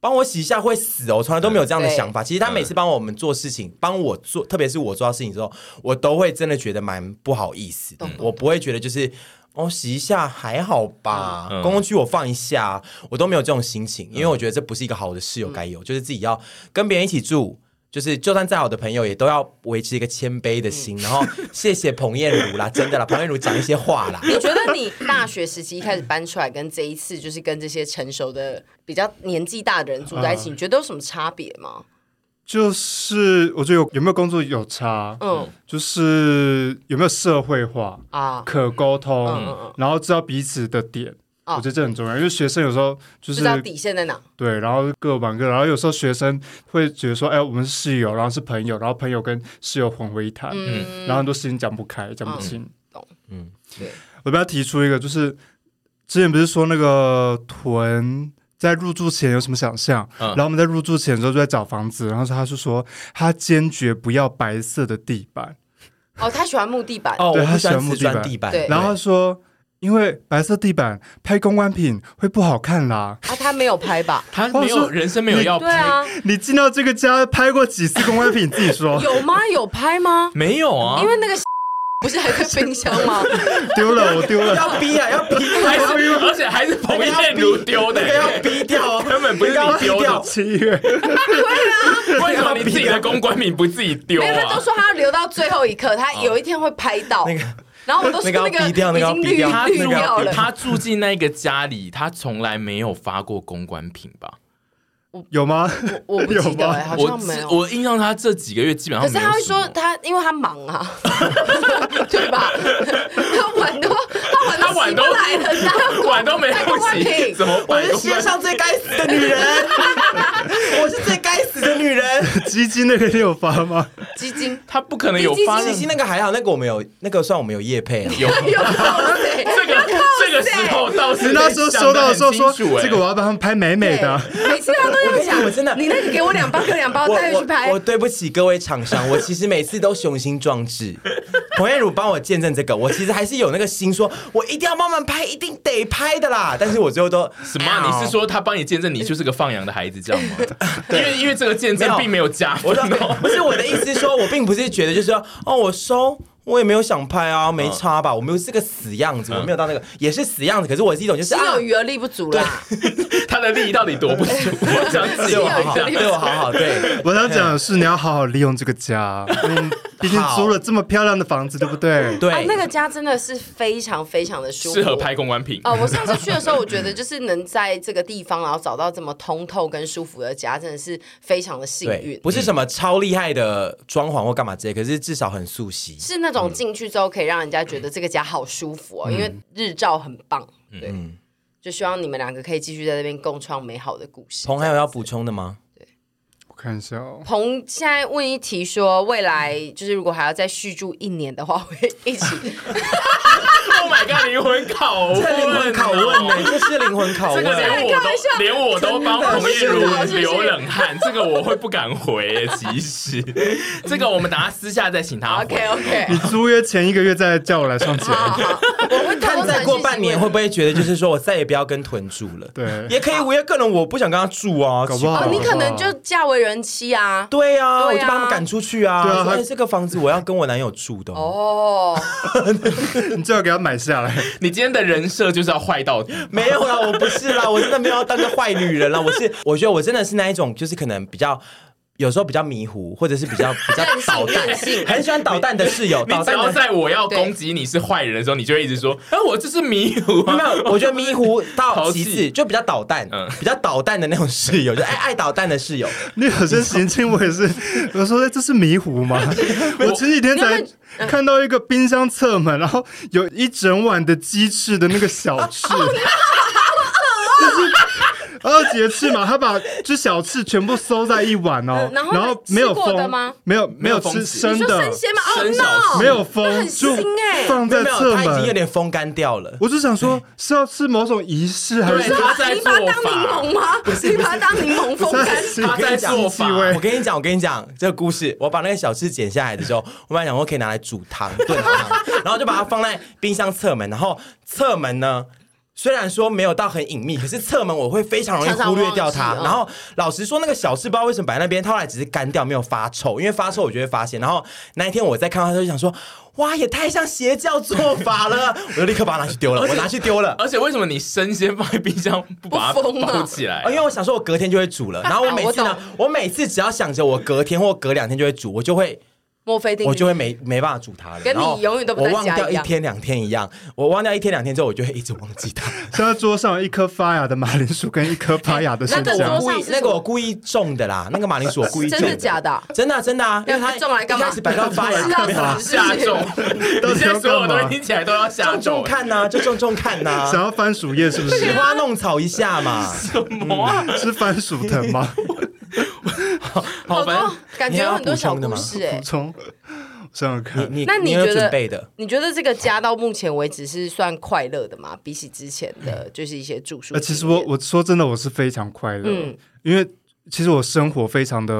帮我洗一下会死哦，我从来都没有这样的想法。其实他
嗯
每次帮我们做事情，帮我做，特别是我做到事情之后，我都会真的觉得蛮不好意思的
懂。
我不会觉得就是哦洗一下还好吧，
嗯
公共区我放一下，我都没有这种心情，
嗯
因为我觉得这不是一个好的室友该有，就是自己要跟别人一起住。就是，就算再好的朋友，也都要维持一个谦卑的心。然后，谢谢彭艳如啦，真的啦，彭艳如讲一些话啦。
你觉得你大学时期一开始搬出来，跟这一次就是跟这些成熟的、比较年纪大的人住在一
啊
起，你觉得有什么差别吗？
就是我觉得有有没有工作有差，
嗯
就是有没有社会化。
啊，
可沟通，
嗯嗯嗯
然后知道彼此的点，
哦
我觉得这很重要，因为学生有时候就
不
是
知道底线在哪。
对，然后各玩各，然后有时候学生会觉得说，哎，我们是室友，然后是朋友，然后朋友跟室友混为一谈，
嗯，
然后很多事情讲不开，讲不清。
懂，
嗯
对。
我不要提出一个，就是之前不是说那个屯。在入住前有什么想象？
嗯
然后我们在入住前的时候就在找房子，然后他是说他坚决不要白色的地板，
哦，他喜欢木地板。
哦，
对
我
他
不
喜
喜
欢
欢
木
瓷
地板
砖地板，
对
然后他说因为白色地板拍公关品会不好看啦。
啊，他没有拍吧？
他没
或者
有
说
人生没有
你
要
对啊，
你进
*laughs*
到这个家拍过几次公关品？自己说。
有吗？有拍吗？
没有啊，
因为那个不是还在冰箱吗？
丢了，我丢了。
要逼啊，要逼，
还是而且还是彭于晏如丢的
那个
欸、
要逼掉哦，
根本不是
那个要
你丢
逼掉
的，
七月，
为什么你自己的公关名不自己丢
没有，他
啊
都？说他要留到最后一刻，他有一天会拍到。
那个
然后我都说
那个要
那个
逼掉那
已
个要
经
逼
绿
掉
*laughs*
他
绿
那个要
掉
逼
了。
他住进那个家里，他从来没有发过公关品吧？
有吗？
我不记得、
有吗
欸，好
我
像没有。
我印象他这几个月基本
可
上
是
没有
他会
什么
说他，因为他忙啊， *laughs* 对吧？ *laughs* 他碗都他碗
他碗
洗不
都
来了，他
*laughs* 碗都没有
他公关
洗，
品
怎么
我
办
是世界上最该死的女人，我是最该死的女人。
基金那个你有发吗？
基 *laughs* 金
他不可能有发
西
任
西那个还好，那个我们有，那个算我们有业配啊。
有。
*laughs* 有靠谁？
这个这个时候倒是
你那时候收到的时候说
*laughs* 想得很清楚欸
这个我要帮他们拍美美的啊，
对每次他都要讲，
我真的
你那个给我两包，给我两包，
我
带哦回去拍
我我。对不起各位厂商，我其实每次都雄心壮
*laughs*
志。彭彦如帮我见证这个，我其实还是有那个心说，我一定要慢慢拍，一定得拍的啦。但是我最后都哎
什么啊、你是说他帮你见证你就是个放羊的孩子这样吗？因为因为这个见证并没有加分
我说
哦。
不是我的意思是说，我并不是觉得就是说哦，我收。我也没有想拍
嗯
啊，没差吧？我没有是个死样子，我没有到那个也是死样子，可是我是一种就是
心
啊
有余而力不足啦，
他的利益到底多不足？我想解
对我好
一
好，
下。
啊对我好好，
*laughs*
对，
我想讲的是你要好好利用这个
*laughs*
家，嗯，毕竟租了这么漂亮的房子，对不对？
对
啊，那个家真的是非常非常的舒服，
适合拍公关品，
哦，我上次去的时候，我觉得就是能在这个地方，然后找到这么通透跟舒服的家，真的是非常的幸
对
运，。
不是什么超厉害的装潢或干嘛之类，可是至少很素习。
是那种进去之后可以让人家觉得这个家好舒服哦，因为日照很棒。对，就希望你们两个可以继续在这边共创美好的故事。
鹏还有要补充的吗？
我看一下哦，
鹏现在问一题说，未来就是如果还要再续住一年的话，会一起
Oh my god！灵魂拷哦
这灵魂拷问呢、这是灵魂拷
这
问。
个连我
开玩笑
都连我都帮
真的
彭艳如
是的是的
流冷汗，这个我会不敢回。其实，这个我们等下私下再请他回。
OK OK，
你租约前一个月再叫我来上节目，
好好，我会偷偷
看再
传
过
讯息
半年
问
会不会觉得就是说我再也不要跟屯住了？
对
也可以，我也可能我不想跟他住啊，
搞不好
哦，你可能
好不
就
好
嫁为人妻啊。
对啊，我
对啊
就把他们赶出去啊！
对啊
所
他
以这个房子我要跟我男友住的哦，
哦，
你最好给他买下来。
你今天的人设就是要坏到底。
没有啦，我不是啦，我真的没有要当个坏女人啦，我是我觉得我真的是那一种，就是可能比较。有时候比较迷糊，或者是比较比较
任性
捣蛋
任性，
很喜欢捣蛋的室友，
你
捣
只
蛋
要
的
在我要攻击你是坏人的时候，你就会一直说：“哎、我这是迷糊、
没
啊。
有，我觉得迷糊到
淘
其
气
次，就比较捣蛋，
嗯
比较捣蛋的那种室友，就哎爱爱捣蛋的室友。
你有些行径我也是，
*laughs*
我说哎这是迷糊吗？我前几天才
嗯
看到一个冰箱侧门，然后有一整碗的鸡翅的那个小
*laughs*
翅，就是二节翅嘛，他把就小翅全部收在一碗哦
嗯，然后呢
没有
吃过的
封
吗，
没有没有
没有
吃
封
你
生
说
的
生，鲜吗？哦
生小
，no，
吃
没有
那
封
很
就
新欸
放
*laughs*
没有，
在
没
侧
有，他已经有
门。
点嗯风干掉了。
我就想说是要吃某种仪式还
对
是？
他在
你把它
做
当柠
法，
檬吗？你把它当柠檬风干？
他在做
我跟你讲
法
气味
我跟你讲，我跟你讲这个故事，我把那个小吃剪下来的时候，我本来想说可以拿来煮汤炖汤， *laughs* 然后就把它放在冰箱侧门，然后侧门呢。虽然说没有到很隐秘，可是侧门我会非常容易忽略掉它。
常常忘记哦
然后老实说，那个小吃不知道为什么摆在那边，它后来只是干掉，没有发臭，因为发臭我就会发现。然后那一天我在看到它，就想说，哇，也太像邪教做法了， *laughs* 我就立刻把它拿去丢了，我拿去丢了。
而且为什么你生鲜放在冰箱不把它
不封啊
包起来
啊，因？为我想说，我隔天就会煮了。然后我每次
啊我
呢
懂，
我每次只要想着我隔天或隔两天就会煮，我就会
墨菲定律，
我就会没没办法煮它了。
跟你
然后
永远都不
我
在
忘
家
掉
一
一
样
天两天一样，我忘掉一天两天之后，我就会一直忘记它。
现在桌上有一颗发芽的马铃薯跟一颗发芽的生
那个桌
*laughs*
上，
姜
故意
是什么
那个我故意种的啦，那个马铃薯我故意种
真的假
的？
的？
真的啊真的啊，因为它
那种来干嘛
一开始摆
*laughs*
到发芽
知道
没有啊，
死
下重，
到
你
底
现
要
在所有
干
东西
嘛？
听起来都要下
啊
种种
重。
看呐，就种种看呐，
想要番薯叶是不
拾
是？
花弄草一下嘛。
什么啊？
*laughs* 是番薯藤吗？
好，
好
反正
多感觉有很多小故事哎
补。充，我想想看，
你
那你
有
觉得
准备的？
你觉得这个家到目前为止是算快乐的
嗯
吗？
呃
比起之前的，就是一些住宿经验，
呃，其实我我说真的，我是非常快乐，
嗯
因为其实我生活非常的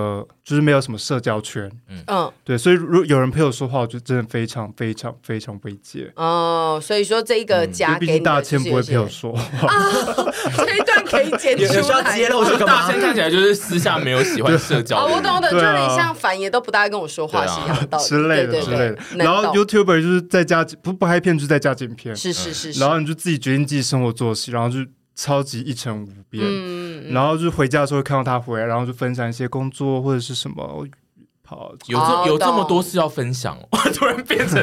就是没有什么社交圈，
嗯
对，所以如果有人陪我说话，我就真的非常非常非常慰藉。
哦，所以说这一个
嗯
因
家
为毕
给你
竟
的
大千
就是
不会
有些
陪我说话，
*laughs* 这一段可以剪
有有需
出
要
来。
揭露这个
大
吗？
仙看起来就是私下没有喜欢社交
哦，
的人，
我懂我懂，就
对啊
是像凡爷都不大跟我说话
对
是
啊
一样的道理
*laughs* 之
对
类的
对
之
对
类的。
能
然后
懂
YouTuber 就是在家不不拍片，就是在家剪片，
是是是是，
然后你就自己决定自己生活作息，然后就超级一成不变。
嗯，
然后就回家的时候会看到他回来，然后就分享一些工作或者是什么跑。
有
哦
这有这么
懂
多事要分享哦， *laughs* 突然变成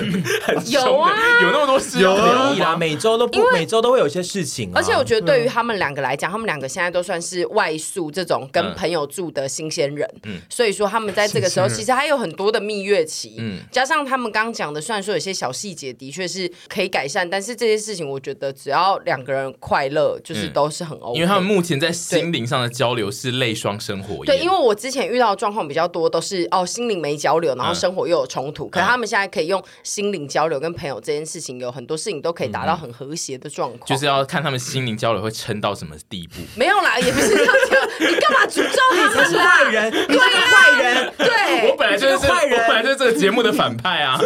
*laughs*
很凶的
有啊，
有那么多事
有
要
啊
聊
可以啦，
吗？
每周都不，每周都会有一些事情啊。
哦而且我觉得对于他们两个来讲，他们两个现在都算是外宿这种跟
嗯
朋友住的新鲜人，
嗯
所以说他们在这个时候
新鲜人
其实还有很多的蜜月期，
嗯
加上他们刚讲的，虽然说有些小细节的确是可以改善，但是这些事情我觉得只要两个人快乐，就是
嗯
都是很 OK，、
因为他们目前在心灵上的交流是泪双生火焰，
对，因为我之前遇到的状况比较多，都是哦心灵没交流，然后生活又有冲突。可是他们现在可以用心灵交流跟朋友这件事情，有很多事情都可以达到很和谐的状况。
就是要看他们心灵交流会撑到什么地步。
没有啦，也不是要这样，你干嘛诅咒他
他
们
是
啦？
坏人， *laughs* 你
啊
是个坏人。
对，
我本来就是
哎你这个坏人
我本来就是这个节目的反派
*laughs*
啊。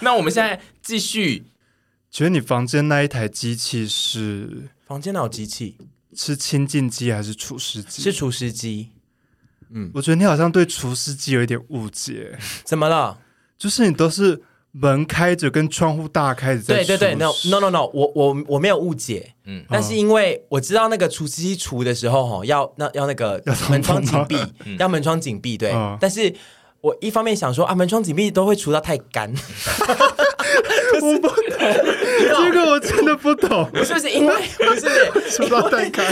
那我们现在继续，
觉得你房间那一台机器是
房间哪有机器？
嗯
是清净机还是除湿机？
是厨师机，
我觉得你好像对除湿机有一点误解，
怎么了？
就是你都是门开着跟窗户大开着在
对对对
除
，no
湿
no no no，我我我没有误解，
嗯
嗯，但是因为我知道那个厨师机除的时候，哈，要那要那个
要通风
门窗
吗
紧闭，
嗯
要门窗紧闭，对
嗯，
但是。我一方面想说啊，门窗紧闭都会除到太
*laughs*
干，
我
*laughs*
不懂，这个我真的不懂，
是不是？因为不是
除到
*laughs*
蛋开，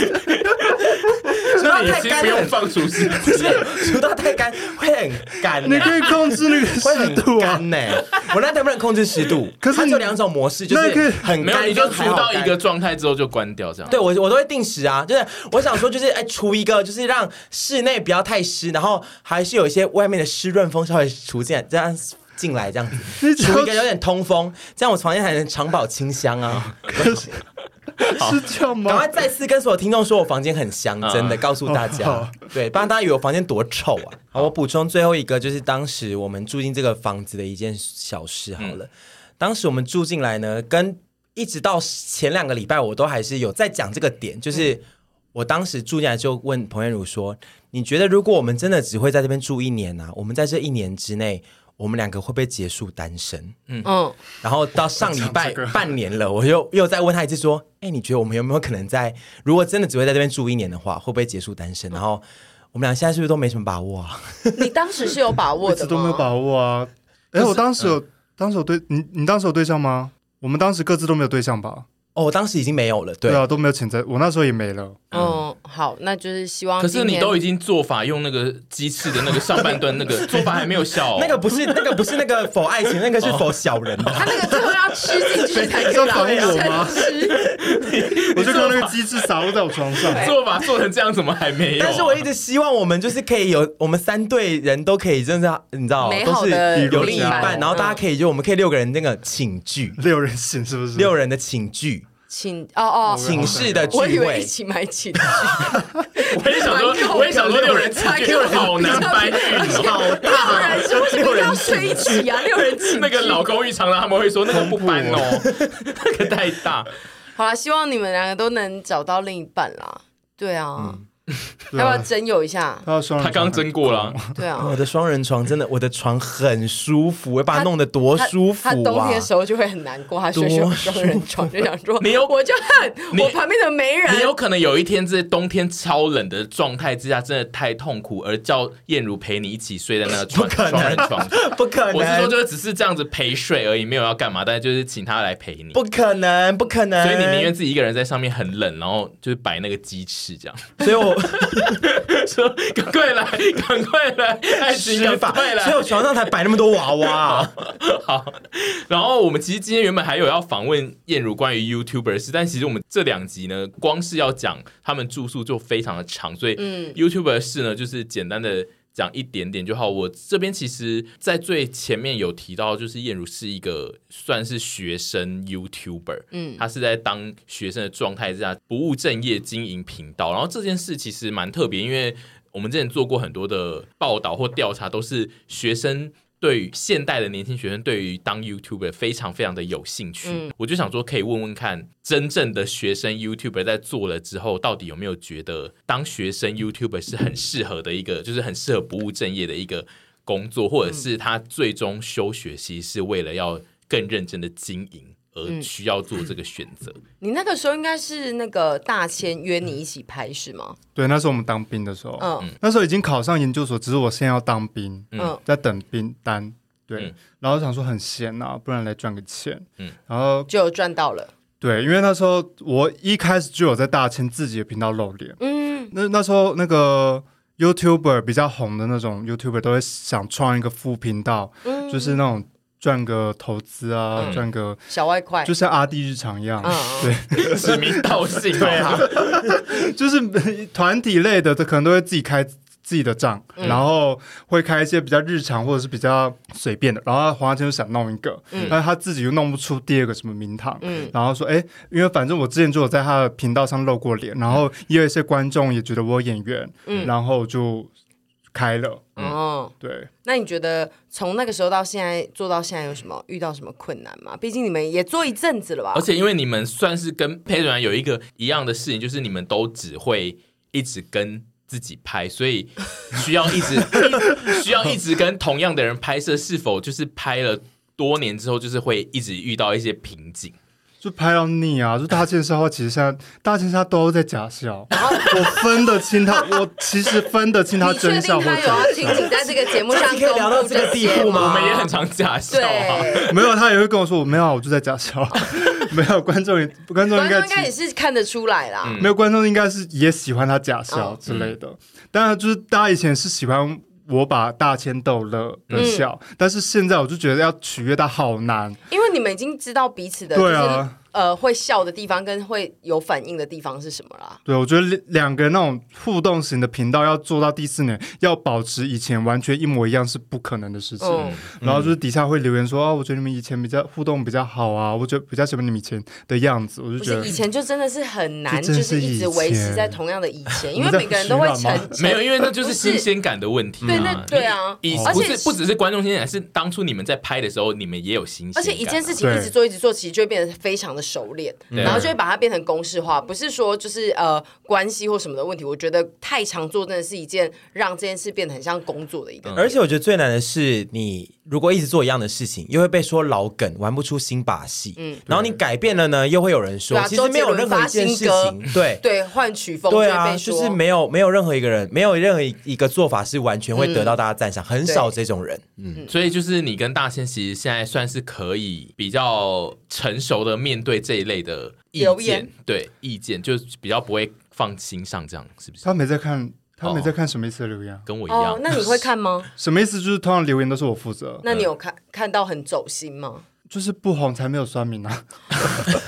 除到
也
太
其实
干
不用
很，
放厨师，
不是除到太干会很干欸，
你可以控制那个
会
湿
很
度啊。
干呢、欸我那能不能控制湿度？
可是
它
你
就两种模式，就
那可以
是很
没有
干
你就
跟
出
还好
到一个
干。
状态之后就关掉这样。
对，我我都会定时啊，就是我想说，就是哎，除一个，就是让室内不要太湿，然后还是有一些外面的湿润风稍微除进来，这样进来这样
你
子，
只要
除一个有点通风，这样我房间才能长保清香啊！
可是是这样
赶
吗
快？再次跟所有听众说我房间很香，
啊
真的告诉大家
好，
对，不然大家以为我房间多臭啊！好，我补充最后一个，就是当时我们住进这个房子的一件小事好了。当时我们住进来呢，跟一直到前两个礼拜，我都还是有在讲这个点，就是我当时住进来就问彭彦如说：“你觉得如果我们真的只会在这边住一年啊，我们在这一年之内，我们两个会不会结束单身？”
嗯，
然后到上礼拜半年了，我又又再问他一次说：“哎，你觉得我们有没有可能在如果真的只会在这边住一年的话，会不会结束单身？”然后我们俩现在是不是都没什么把握啊？
你当时是有把握的
一直
吗？
都没有把握啊。哎，我当时有，
嗯
当时有对你，你当时有对象吗？我们当时各自都没有对象吧？
哦，我当时已经没有了，对，
对啊，都没有潜在，我那时候也没了。
嗯，好，那就是希望
可是你都已
今天
经做法用那个鸡翅的那个上半段
*laughs*
那个做法还没有效哦，
那个不是那个不是那个否爱情，那个是否小人啊的。
他那个最后要吃进去才可以
你在
让
防
人
我吗
生吃，
*laughs* 我就看到那个鸡翅洒落在我床上，
做法做成这样怎么还没有？
但是我一直希望我们就是可以有，我们三队人都可以，真的是你知道，
美
都
好
是
的
有另一
一
半，
半
然后大家
嗯
可以就我们可以六个人那个寝具，
六人行是不是？
六人的寝具，
请哦哦，
寝室的聚
我以为一
会。
起买寝
我也想说，我也想说六人餐就好难搬运哦。 *laughs*
好大，六人是为什么要睡一起啊？六人寝
那个老公寓常常他们会说那个不搬哦， *laughs* 那个太
*laughs*
大。
好啦，希望你们两个都能找到另一半啦。对啊，
嗯
对
要不
啊
要真有一下？
他要双人
他刚刚
床
蒸
*laughs*
过了，
对啊，
我的双人床真的，我的床很舒服，我把它弄得多舒服
他冬
啊
天的！时候就会很难过，他睡睡
多
双人床就想说，
你有
我就恨
你
我旁边的没人
你。有可能有一天在冬天超冷的状态之下，真的太痛苦，而叫燕如陪你一起睡在那个床
不可能
双人床。
*laughs* 不可
我是说，
能，
就是只是这样子陪睡而已，没有要干嘛，但是就是请他来陪你。
不可能，不可能！
所以你宁愿，自己一个人在上面很冷，然后就是摆那个鸡翅这样，
*laughs* 所以我
说赶快 *laughs* 来，赶快来，爱情
施
赶
法，
快来。
所以我床上才摆那么多娃娃。
*laughs* 好，然后我们其实今天原本还有要访问燕如关于 YouTuber 的事，但其实我们这两集呢，光是要讲他们住宿就非常的长，所以
嗯
YouTuber 的事呢，就是简单的。讲一点点就好。我这边其实，在最前面有提到，就是燕如是一个算是学生 YouTuber，
嗯
他是在当学生的状态之下不务正业经营频道，然后这件事其实蛮特别，因为。我们之前做过很多的报道或调查，都是学生对于现代的年轻学生对于当 YouTuber 非常非常的有兴趣。
嗯
我就想说，可以问问看，真正的学生 YouTuber 在做了之后，到底有没有觉得当学生 YouTuber 是很适合的一个，就是很适合不务正业的一个工作，
嗯
或者是他最终休学其实是为了要更认真的经营而
嗯
需要做这个选 *laughs* 择。
你那个时候应该是那个大千约你一起拍是吗？
对，那时候我们当兵的时候，
嗯
那时候已经考上研究所，只是我现在要当兵，
嗯
在等兵单。对，
嗯
然后想说很闲啊，不然来赚个钱。
嗯
然后
就赚到了。
对，因为那时候我一开始就有在大千自己的频道露脸。
嗯
那那时候那个 YouTuber 比较红的那种 YouTuber 都会想创一个副频道，
嗯，
就是那种赚个投资啊，
嗯
赚个
小外快，
就像阿弟日常一样，
嗯嗯
指名道姓，对啊，
*laughs* 就是团体类的，他可能都会自己开自己的账，
嗯
然后会开一些比较日常或者是比较随便的。然后黄家千就想弄一个，
嗯
但是他自己又弄不出第二个什么名堂。
嗯
然后说，哎，因为反正我之前就有在他的频道上露过脸，然后也有一些观众也觉得我有演员，
嗯
然后就开了。
嗯
哦。
对，
那你觉得从那个时候到现在做到现在有什么遇到什么困难吗？毕竟你们也做一阵子了吧？
而且因为你们算是跟佩软有一个一样的事情，就是你们都只会一直跟自己拍，
*laughs*
所以需要一直 *laughs* 一需要一直跟同样的人拍摄，是否就是拍了多年之后，就是会一直遇到一些瓶
*laughs*
颈？
就拍到腻啊！就大千笑话，其实现在大千笑话都在
*laughs*
假笑，我分得清他，我其实分得清他
你确
真
定
笑或
他有
假笑
要。仅仅在这个节目上
这集可以聊到这个地步吗
公
我
布
们
这些
也很常假笑啊。
对，
没有，他也会跟我说我没有啊，我就在
*laughs*
假笑。没有观众也观众应
观众
该
应该也
其
是看得出来啦。
嗯
没有观众应该是也喜欢他假笑
嗯
之类的。当然，就是大家以前是喜欢我把大千逗乐
嗯
的笑，但是现在我就觉得要取悦他好难。
因为你们已经知道彼此的，
对啊，
就是呃，会笑的地方跟会有反应的地方是什么啦。
对，我觉得两两个那种互动型的频道要做到第四年，要保持以前完全一模一样是不可能的事情。
嗯，
然后就是底下会留言说啊，我觉得你们以前比较互动比较好啊，我觉得比较喜欢你们以前的样子，我就
不
觉得
是以前就真的是很难，
这
就
真
是
是
一直
以
维持
前
在同样的以前，因为
我们在
每个人都会
胡说乱
成
*laughs* 没有，因为那就是新
不是
鲜感的问题、啊。
对那对啊
以
而
不
且
是不只是观众新鲜感，是当初你们在拍的时候，你们也有新鲜
而
感啊、
且一件事情
对
一直做一直做，其实就会变得非常的熟练，
对
然后就会把它变成公式化。不是说就是呃关系或什么的问题，我觉得太常做真的是一件让这件事变得很像工作的一个。
而且我觉得最难的是，你如果一直做一样的事情，又会被说老梗，玩不出新把戏。嗯，然后你改变了呢，又会有人说，
对啊
其实没有任何一件事
周杰伦发新
情，对。
对，换曲风就
对
会
啊，
被说，
就是没有没有任何一个人，没有任何一个做法是完全会得到大家赞赏，很少这种人。嗯，
所以就是你跟大千其实现在算是可以比较成熟的面对这一类的意
留
见
言，
对意见就是比较不会放心上，这样是不是？
他没在看，他没
哦
在看什么意思的留言啊。
跟我一样，
哦。那你
*laughs*
会看吗？
什么意思？就是通常留言都是我负责，
那你有看看到很走心吗？
就是不红才没有酸民啊， *laughs*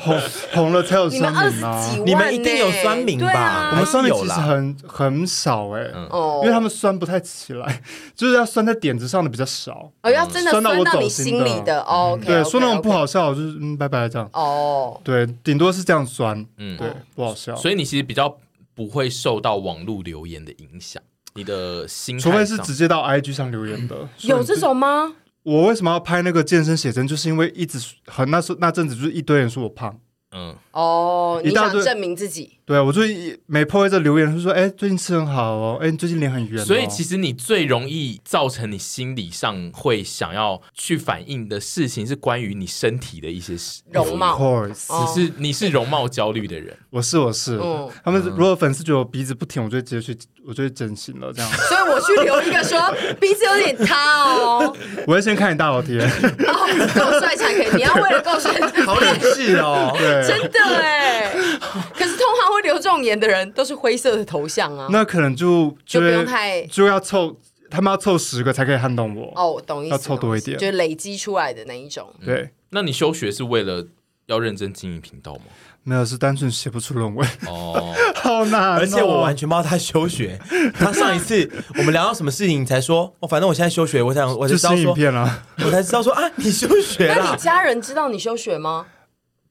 红红了才有
你们
酸
二十几
民啊
万、。欸
你们一定有酸民吧
对
我
啊
们酸民其
有
实
啦
很很少哎、
嗯
哦，
因为他们酸不太起来，就是要酸在点子上的比较少。
哦要真的
酸到我
到你
走心
心里
的嗯
的哦，
对，说那种不好笑，我就是嗯拜拜这样。
哦，
对，顶多是这样酸，
嗯，
对，不好笑。
所以你其实比较不会受到网络留言的影响，你的心态
除
上，
非是直接到 IG 上留言
*coughs*
的，所以
有这种吗？
我为什么要拍那个健身写真，就是因为一直很那时候那阵子就是一堆人说我胖，
嗯，
哦，
一
你
大
想
堆
证明自己，
对啊我就一每 po 一则留言就说，哎、最近吃很好哦，哎、你最近脸很圆、哦，
所以其实你最容易造成你心理上会想要去反应的事情，是关于你身体的一些事
容貌
of course，、
哦
你是你是容貌焦虑的人，
我是我是，
嗯
他们如果粉丝觉得我鼻子不挺，我就会直接去，我就会整形了这样。 *laughs*
所以我去留一个说鼻子有点塌哦，
我会先看你大
*laughs*
老贴，
然后够帅才可以。你要为了够帅，
*laughs*
好理智哦。
对，
真的哎。可是通常会留这种言的人都是灰色的头像啊。
那可能就
就不
会
用太
就要凑，他们要凑十个才可以撼动我。
哦，我懂意思，
要凑多一点
懂意思就累积出来的那一种。
对，
那你休学是为了要认真经营频道吗？
没有是单纯写不出论文，
哦，
*laughs* 好难哦、
而且我完全不知道他休学。他上一次我们聊到什么事情才说，哦，反正我现在休学，我想我才
就
知道
新影
说，啊
片了。
我才知道说啊，你休学
*laughs* 那你
啦。
家人知道你休学吗？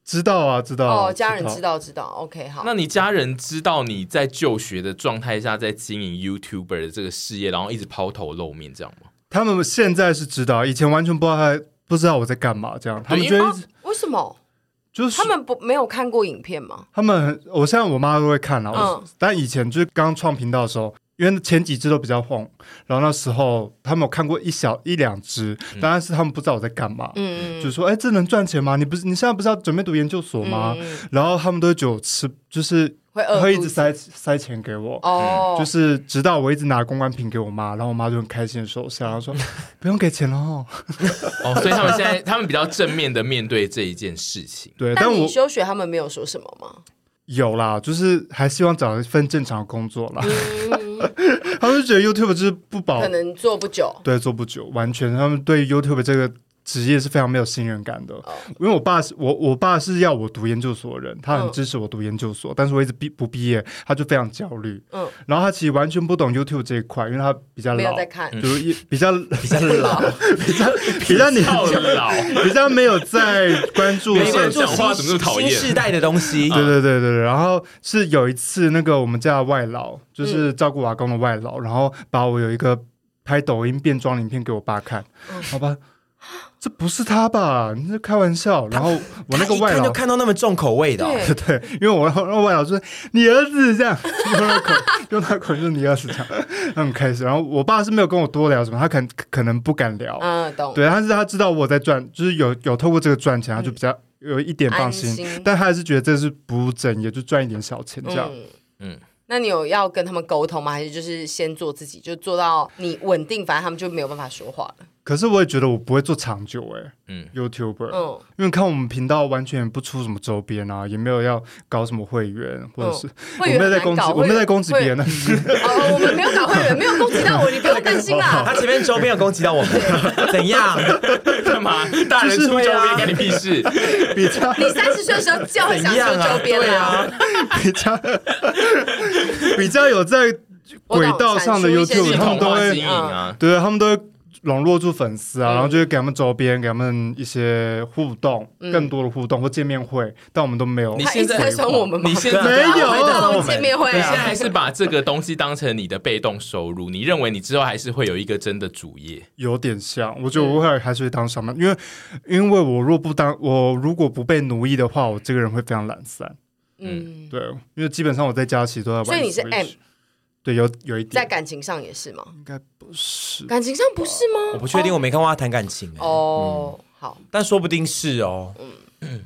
知道啊，知道啊
哦，家人知道
道。
知道，OK，好。
那你家人知道你在就学的状态下在经营 YouTuber 的这个事业，然后一直抛头露面，这样吗？
他们现在是知道，以前完全不知道他不知道我在干嘛，这样他们
因
就
啊
一直
为什么
就是
他们不没有看过影片吗？
他们很，我现在我妈都会看了、啊我
嗯
但以前就是刚创频道的时候，因为前几支都比较红，然后那时候他们有看过一小一两支，当然是他们不知道我在干嘛，
嗯，
就说哎、这能赚钱吗？你不是你现在不是要准备读研究所吗？然后他们都会觉得我吃，就是
嗯会饿
会一
肚
直
子
塞塞钱给我。
哦，
就是直到我一直拿公关品给我妈，然后我妈就很开心的收下，然后
*laughs*
说不用给钱了哦。
哦，所以他们现在他们比较正面的面对这一件事情。
对，但
但你
我
休学他们没有说什么吗？
有啦，就是还希望找一份正常的工作啦。 *laughs* 他们就觉得 YouTube 就是不保
嗯可能做不久。
对，做不久，完全他们对 YouTube 这个职业是非常没有信任感的。
哦
因为我爸是我我爸是要我读研究所的人，他很
嗯
支持我读研究所，但是我一直毕不毕业，他就非常焦虑。
嗯
然后他其实完全不懂 YouTube 这一块，因为他比较
没有
老，嗯
在看， *laughs*
就是一比较 *laughs*
比较 *laughs* 老，
比较
*laughs*
年
好老，
比较没有在关注
没
没
社
关
关系
注
讲话
新
怎么那么讨厌
新时代的东西，
*laughs* 对对对对，对然后是有一次那个我们家的外劳，就是
嗯
照顾瓦工的外劳，然后把我有一个拍抖音变装的影片给我爸看，
嗯
好吧，这不是他吧？你在开玩笑？然后我那个
他
外
一看
劳 *laughs*
就，看到那么重口味的哦，
对，
对，因为我那外劳说你儿子这样，用他口用他口就是你儿子这样，他很开心。然后我爸是没有跟我多聊什么，他可能可能不敢聊，
嗯，懂。
对，但是他知道我在赚，就是有有透过这个赚钱，他就比较有一点放心，
安心
但他还是觉得这是不务正业，就赚一点小钱这样。
嗯
嗯
那你有要跟他们沟通吗？还是就是先做自己，就做到你稳定，反正他们就没有办法说话了。
可是我也觉得我不会做长久哎、
嗯
y o u t u b e r
嗯，
因为看我们频道完全不出什么周边啊，也没有要搞什么会员，或者是、
嗯会
我
员
没
很
有在
难
攻击，
搞
我没有在攻击别人。
哦，我们没有搞会员，没有攻击到我，你不用担心
*laughs*
啦。
他前面周边有攻击到我们，怎样？
*laughs*
干嘛？大人出周边干你屁事？
*laughs* 比较
你三十岁的时候就很
怎
想
样
出
啊？
周边
对
啦，
啊，
比较比较有在
我
轨
懂
道上的
产出一些
系
YouTube，他
统
们都
化
会嗯
经营啊，
对，他们都会笼络住粉丝啊，
嗯
然后就会给他们周边，给他们一些互动，
嗯
更多的互动或见面会，但我们都没有
你。
他一直在损我们吗？
你现
对
在
啊
没有
回到我
我们见面会
啊
啊嗯
你现在还是把这个东西当成你的被动收入，你认为你之后还是会有一个真的主业？
有点像，我觉得我会还是会当上班，因为因为我若不当，我如果不被奴役的话，我这个人会非常懒散。
嗯，
对，因为基本上我在家其实都在玩。
所以你是 M
对，有有一
在
点
感情上也是吗？
应该不是，
感情上不是
我
吗？
不确定，我没看过他谈感情哦，
哦，
嗯
好，
但说不定是哦。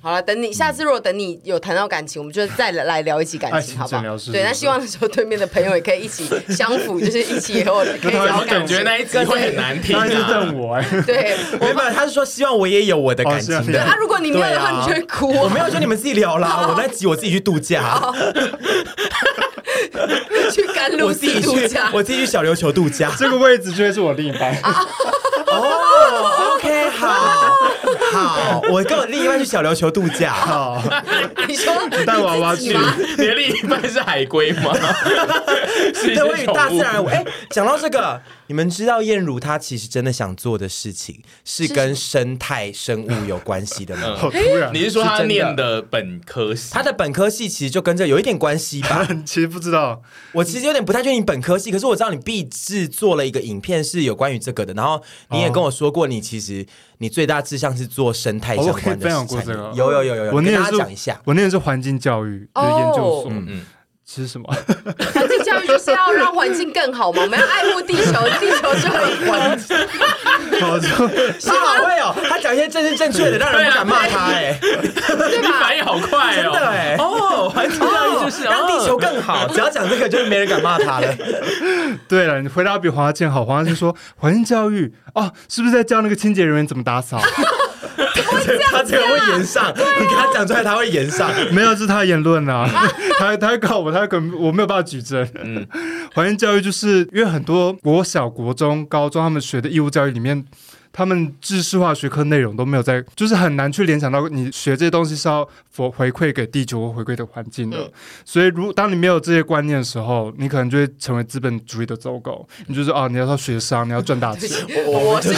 好了，等你下次如果等你有谈到感情，我们就再来来聊一起感
爱
情，
情
好不
诊
好
疗？室
对，
是
那
不是
希望的时候，对面的朋友也可以一起相辅，就是一起也有可以聊
感
感
觉
情。
那一集会很难听
他一直
啊！
瞪我哎、
*laughs* 对，
没有，没有他是说希望我也有我的感情
哦是
的
啊
啊，。如果你没有的话，你就会哭
我
哦。
没有说你们自己聊啦，我那集我自己去度假，
去甘露
我自己
寺度
去
假，，
我自己去小琉球度假。
*laughs* 这个位置就会是我另一半。
哦，OK，好，好，我跟我另一半去小琉球度假，
*laughs* 好，
你说
带娃娃
你自
去
己吗？
你的另一半是海龟
*laughs*
吗？是一
对，我
只
与
宠
大自
物。
然。哎，讲到这个，你们知道燕如她其实真的想做的事情是跟生态生物有关系的吗？
好突然。
你是说他
是真的
念的本科系？
她的本科系其实就跟这有一点关系
*laughs*
吧。
*laughs* 其实不知道，
我其实有点不太确定本科系，可是我知道你必制做了一个影片是有关于这个的，然后你
哦
也跟我说过，你其实你最大志向是做生态相
哦我可以
关的产
分享
业。
过这个
有有有有有，
我
跟
念的
大
是
家讲一下。
我念的是环境教育，就是
哦
研究所。
嗯
嗯，吃什么？ *laughs*
环境教育就是要让环境更好嘛，我们要爱护地球，地球就会环
好，就
他好会哦，他讲一些正正正确的，让人不敢骂他哎，
对
你
吧
反？应好快
真
哦！
的哎
哦，环境教育就是
让地球更好。只要讲这个，就是没人敢骂他了。
对了，你回答比黄阿健好。黄阿健说环境教育哦，是不是在教那个清洁人员怎么打扫？
他这个会延上，你跟他讲出来，他会延上。
*laughs* 没有，这是他的言论 *laughs* 啊，他他告我，他可我没有办法举证。嗯，环境教育就是因为很多国小、国中、高中他们学的义务教育里面。他们知识化学科内容都没有在，就是很难去联想到你学这些东西是要否回馈给地球或回馈给环境的。
嗯
所以如，当你没有这些观念的时候，你可能就会成为资本主义的走狗。你就是哦，你要到学商，你要赚大 *laughs* 钱。
我是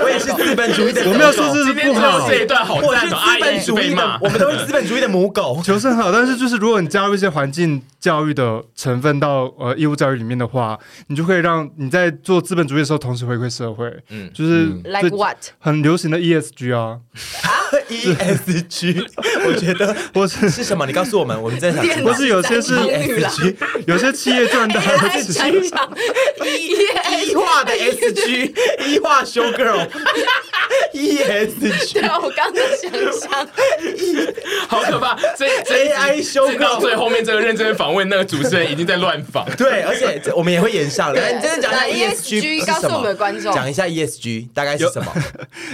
我也是资本主义的，
我没有说这是
今天
不
听到
好，
这一段好
我
赞
是
哦，
资
阿姨
本
一直
主
被
义的
骂，，
我们都是资本主义的母狗。
求生很好，但是就是如果你加入一些环境教育的成分到呃义务教育里面的话，你就可以让你在做资本主义的时候，同时回馈社会。
嗯
嗯，就是
嗯
like
最
what？
很流行的 ESG 啊，
ESG，我觉得
或
*laughs*
是
是什么？你告诉我们，我们真的想知
电
道
*laughs* 不
脑
是有些是
占用率啦
*laughs* 有些企业赚大
哎来
的
讲
钱， *laughs*
一 *laughs* 讲
一化的 SG，一 E 化 show girl，ESG
对啊，我刚刚想想，
好可怕！这这一集
AI 修
这到
稿。
最后面这个认真访问那个主持人已经在乱访。
*laughs* 对，而且这我们也会演上。来，你真的讲
来
一下 ESG 是
ESG E 告诉
什么
我们的观众
讲一下 ESG 大概是什么？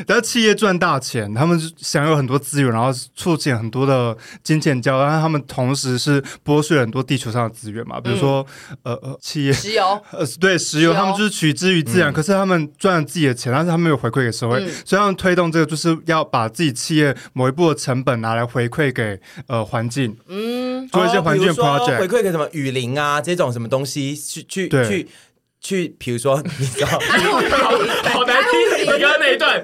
然后企业赚大钱，他们享有很多资源，然后促进很多的金钱交易，然后他们同时是剥削了很多地球上的资源嘛，比如说、
嗯
呃呃企业
石油
呃，对，石油
石油
他们就是取之于自然，可是他们赚了自己的钱，但是他们没有回馈给社会，
嗯
所以他们推动这个就是要把自己企业某一部的成本拿来回馈给呃环境，嗯， *laughs* 做一些环
哦比
境
如说
project，、
回馈给什么雨林啊这种什么东西，去去
对
去去，比如说 *laughs* 你知道。
*laughs* 好难听！你刚刚那一段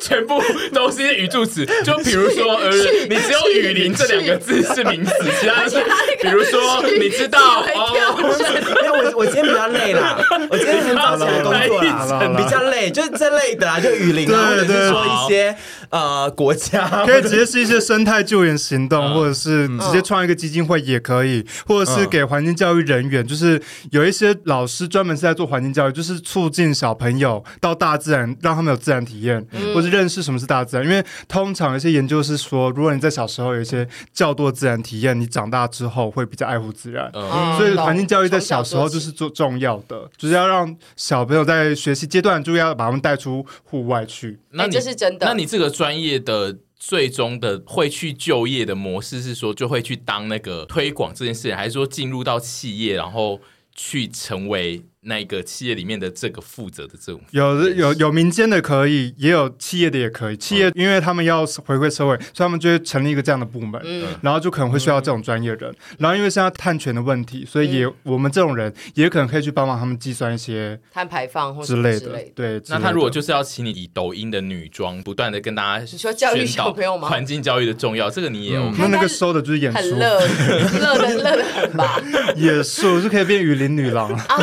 全部都是一些语助词，就比如说，呃，你只有雨林这两个字是名词，其他是，比如说，你知道哦，
没有，我我今天比较累
*laughs*
啦，我今天很早起来工作
好了好
啦，
了
比较累，就是这类的啦，就雨林啊，或
对
者
对
是说一些呃国家，
*laughs* 可以直接是一些生态救援行动，或者是直接创一个基金会也可以，或者是给环境教育人员，就是有一些老师专门是在做环境教育，就是促进小朋友到大自然，让他们有自然体验，或是认识什么是大自然。因为通常有些研究是说，如果你在小时候有一些较多自然体验，你长大之后会比较爱护自然。
哦
嗯
所以环境教育在小时候
哎
就是做重要的，就是要让小朋友在学习阶段就要把他们带出户外去。
那你
哎这是真的
那你这个专业的最终的会去就业的模式是说，就会去当那个推广这件事情，还是说进入到企业，然后去成为那个企业里面的这个负责的这种？
有的有有民间的可以，也有企业的也
嗯
可以。企业因为他们要回馈社会，所以他们就会成立一个这样的部门，
嗯
然后就可能会需要这种专业人。然后因为现在碳权的问题，所以
嗯
也、我们这种人也可能可以去帮忙他们计算一些
碳排放或什
之
么
类
之
的。
类的。
对，之
那
类
他
的
如果就是要请你以抖音的女装不断的跟大家你
说教育小朋友吗
环境教育的重要，这个你也有。
嗯
那那个收的就是演
很
出，
乐，乐的乐的很吧？
*laughs* 也是就可以变雨林女
*laughs*
郎。
啊，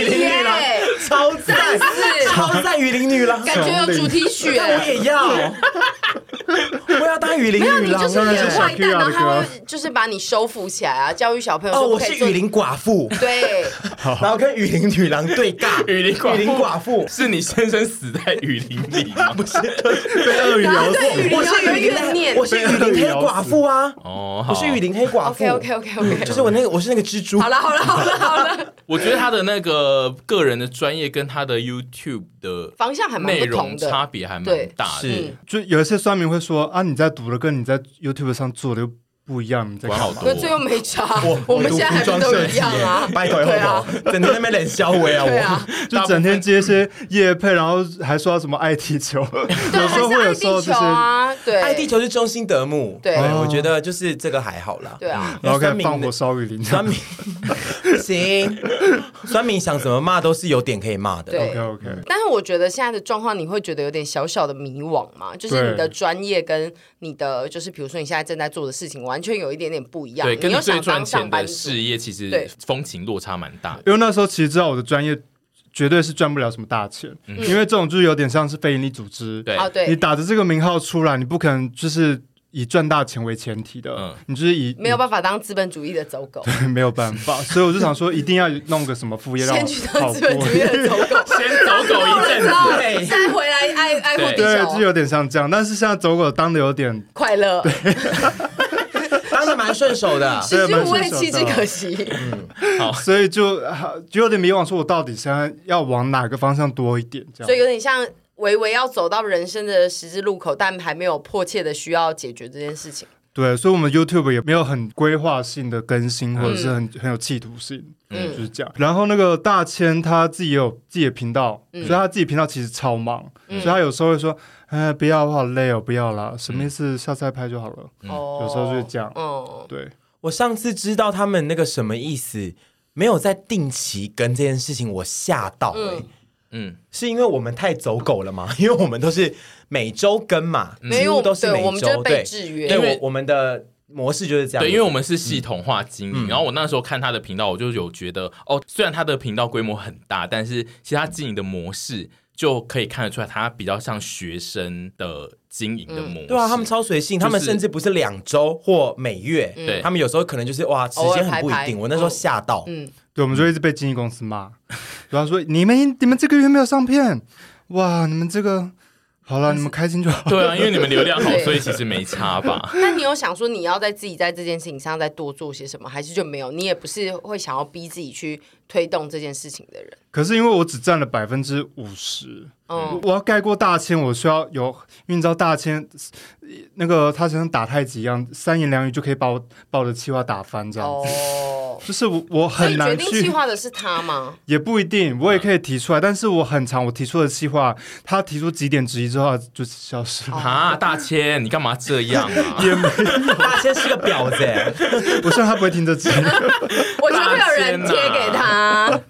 可以耶，
超赞，
是
超赞雨林女郎，
感觉有主题曲
但我
哎。
也
*laughs*
要，我要当雨林
你
女
就
郎
是
啊。
演坏蛋，然后他
歌
会就是把你收服起来啊，教育小朋友
哦，
说不
我
可以
是
做
雨。林寡妇，
对，
然后跟雨林女郎对尬，
雨林寡妇
雨林寡妇，
*laughs* 是你先生死在雨林里吗？
*laughs*
不是
然后对雨林
我
就
是
有
雨林
怨
黑，
念
我。是雨林黑寡妇啊，
哦，好
我是雨。林黑寡妇
OK OK OK OK，
就是我那个我是那个蜘蛛
好，了好了好了好了，
我觉得他的那个个人的专业跟他的 YouTube 的
方向还蛮
内
不
容
同的。
差别还蛮
对
大的，
嗯
是
就有一些酸民会说啊，你在读的跟你在 YouTube 上做的又不一样，你在
管
干
好
嘛？
多
可最后没差，我们现在还
服
不
装
都
设
一
计
样啊
耶，？ *laughs* 拜托
对啊
好不好整天在那边冷笑我
对
啊
啊，
就整天接一些夜配，然后还说什么爱地球，
*laughs* 对，
有
还
时候
是
会
爱
有说
地
这
球
些。
啊，对，
我，爱地球是中心德慕，
对
我觉得就是这个还好啦，
对啊，
然后开
酸
始
民
放火烧雨林。
*laughs*
酸民不行， *laughs* 酸民想怎么骂都是有点可以骂的，
对
OK OK，
但是我觉得现在的状况，你会觉得有点小小的迷惘嘛？就是你的专业跟你的，就是比如说你现在正在做的事情，完全有一点点不一样。
对，跟
你又
最
想
赚
当
钱
上
的
班族
事，业其实
对
风情落差蛮大的。
因为那时候其实知道我的专业绝对是赚不了什么大钱，因为这种就是有点像是非营利组织，
嗯对
啊，
你
对，
打着这个名号出来，你不可能就是以赚大钱为前提的，
嗯
你就是以
没有办法当资本主义的走狗，
法，没有办法，所以我就想说一定要弄个什么副业让
先
我
去
好
当资本
过
主。
*laughs*
义的走狗，
*laughs* 先走狗一阵
然
子，
后
对
*laughs* 再回来爱爱护地
对
对，就
球，
有点像这样，但是现在走狗当的有点，
快乐，
当的蛮顺手的。
食之
对蛮
无味，
顺手
弃之
的
可惜。
所以就啊就有点迷惘，说我到底现在要往哪个方向多一点？这
所以
样，
有点像微微要走到人生的十字路口，但还没有迫切的需要解决这件事情。
对，所以我们 YouTube 也没有很规划性的更新，或者是很很有企图性，
嗯
就是这样。然后那个大千他自己也有自己的频道，
嗯
所以他自己频道其实超忙，
嗯
所以他有时候会说：“哎，不要，我好累哦，不要啦，什么意思？下次再拍就好了。
哦
嗯有时候就是这样
嗯哦”，
对，
我上次知道他们那个什么意思，没有在定期跟这件事情，我吓到哎、
嗯
嗯，
是因为我们太走狗了吗？因 *laughs* 为我们都是每周更嘛，
没
几
有
乎都是
对
每
我们就是
周
被
对
制约
对
因为
我我们的模式就是这样子，
对，因为我们是系统化经
嗯
营，然后我那时候看他的频道，我就有觉得哦，虽然他的频道规模很大，但是其实他经营的模式就可以看得出来，他比较像学生的经营
嗯
的模式。
对啊，他们超随性，他们
就是
甚至不是两周或每月，
对
他们有时候可能就是哇，时间很不一
偶尔排排
定。我那时候吓到， *laughs*
嗯，
对，我们就一直被经纪公司骂，然后说：“你们你们这个月没有上片，哇，你们这个好了，你们开心就好。”
对啊，因为你们
*laughs*
流量好，
对
所以其实没差吧。
那你有想说你要在自己在这件事情上再多做些什么，还是就没有？你也不是会想要逼自己去推动这件事情的人，
可是因为我只占了百分之五十，我
嗯，
我要盖过大千，我需要有，因为你知道大千那个他像打太极一样，三言两语就可以把我把我的气话打翻，这样、
哦，
就是我我
所以
*laughs* 很
决
难
定计
去，
划的是他吗？
也不一定，我也可以提出来，但是我很长，我提出的气话，他提出几点质疑之后他就消
*laughs*
失了。
啊，大千，你干嘛这样
*laughs*
啊？
大仙是个婊子、欸，
我希望他不会听这集，
我觉得会有
*laughs*
人贴给他， *laughs*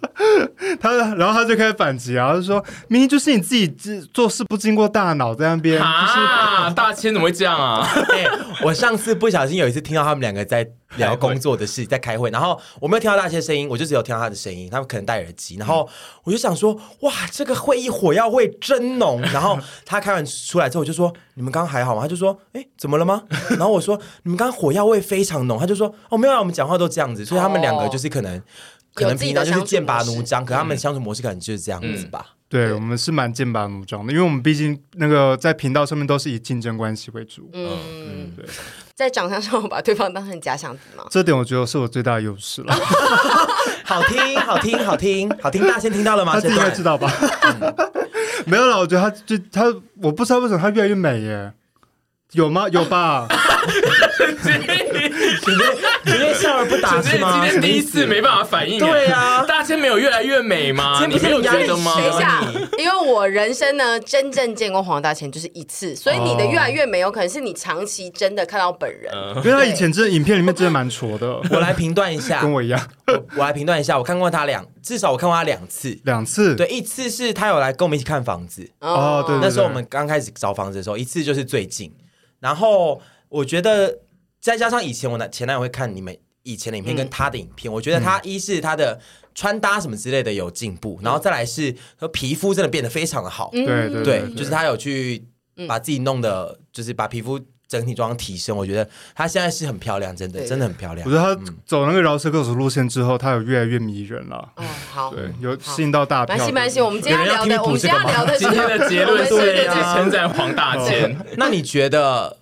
他然后他就开始反击啊，他就说明明就是你自己自做事不经过大脑在那边，就是
啊，大千怎么会这样
*laughs*
啊？ *laughs*
哎、我上次不小心有一次听到他们两个在聊工作的事，在开会，然后我没有听到大仙声音，我就只有听到他的声音，他们可能戴耳机，然后我就想说，哇，这个会议火药味真浓。然后他开完出来之后，我就说，你们刚刚还好吗？他就说，哎、怎么了吗？然后我说，你们刚刚火药味非常浓。他就说，哦，没有啊，我们讲话都这样子，所以他们两个就是可能。可能平常就是剑拔弩张，可他们相处模式可能就是这样子吧。
对我们是蛮剑拔弩张的，因为我们毕竟那个在频道上面都是以竞争关系为主，
嗯，
对。
在长相上我把对方当成假想敌吗？
这点我觉得是我最大的优势
*laughs*
了。
啊好听，好听，好听，好听！大家先听到了吗？
他自己
这嗯
应该
段
知道吧？ *laughs* 没有啦，我觉得他就他，我不知道为什么他越来越美耶，有吗？有
*laughs*
吧？
直接直接笑而不答
今
是
天
吗？
今天第一次没办法反应。
对啊
*laughs* 大千没有越来越美吗？
今
你
天不是
没有觉
压力
得吗？
等一下
你，
啊因为我人生呢真正见过黄大千就是一次，所以你的越来越没有可能是你长期真的看到本人。
嗯
因为他以前真的影片里面真的蛮挫的，
*laughs* 我来评断一下，
跟我一样
我我来评断一下，我看过他两，至少我看过他两次。
两次。
对，一次是他有来跟我们一起看房子，
嗯
哦，对，对对
那时候我们刚开始找房子的时候，一次就是最近。然后我觉得再加上以前我男前男友会看你们以前的
嗯
影片跟他的影片，我觉得他一是他的穿搭什么之类的有进步，然后再来是和皮肤真的变得非常的好，
嗯
对对
对
对，，
就是他有去把自己弄的，就是把皮肤整体状况提升。我觉得她现在是很漂亮，真的，
对
真的很漂亮
我觉。得他
嗯
走那个饶舌歌手路线之后，他有越来越迷人了。
哦，好，
嗯
对，有吸引到大
蛮
票
系。蛮系。我们今天
有人
聊
要
的，
听
我们
你
今
补
天
这个吗
聊的是
今天的结论
*laughs*
是
对
一直
啊
称赞黄
*laughs*
大千。
*laughs* 那你觉得，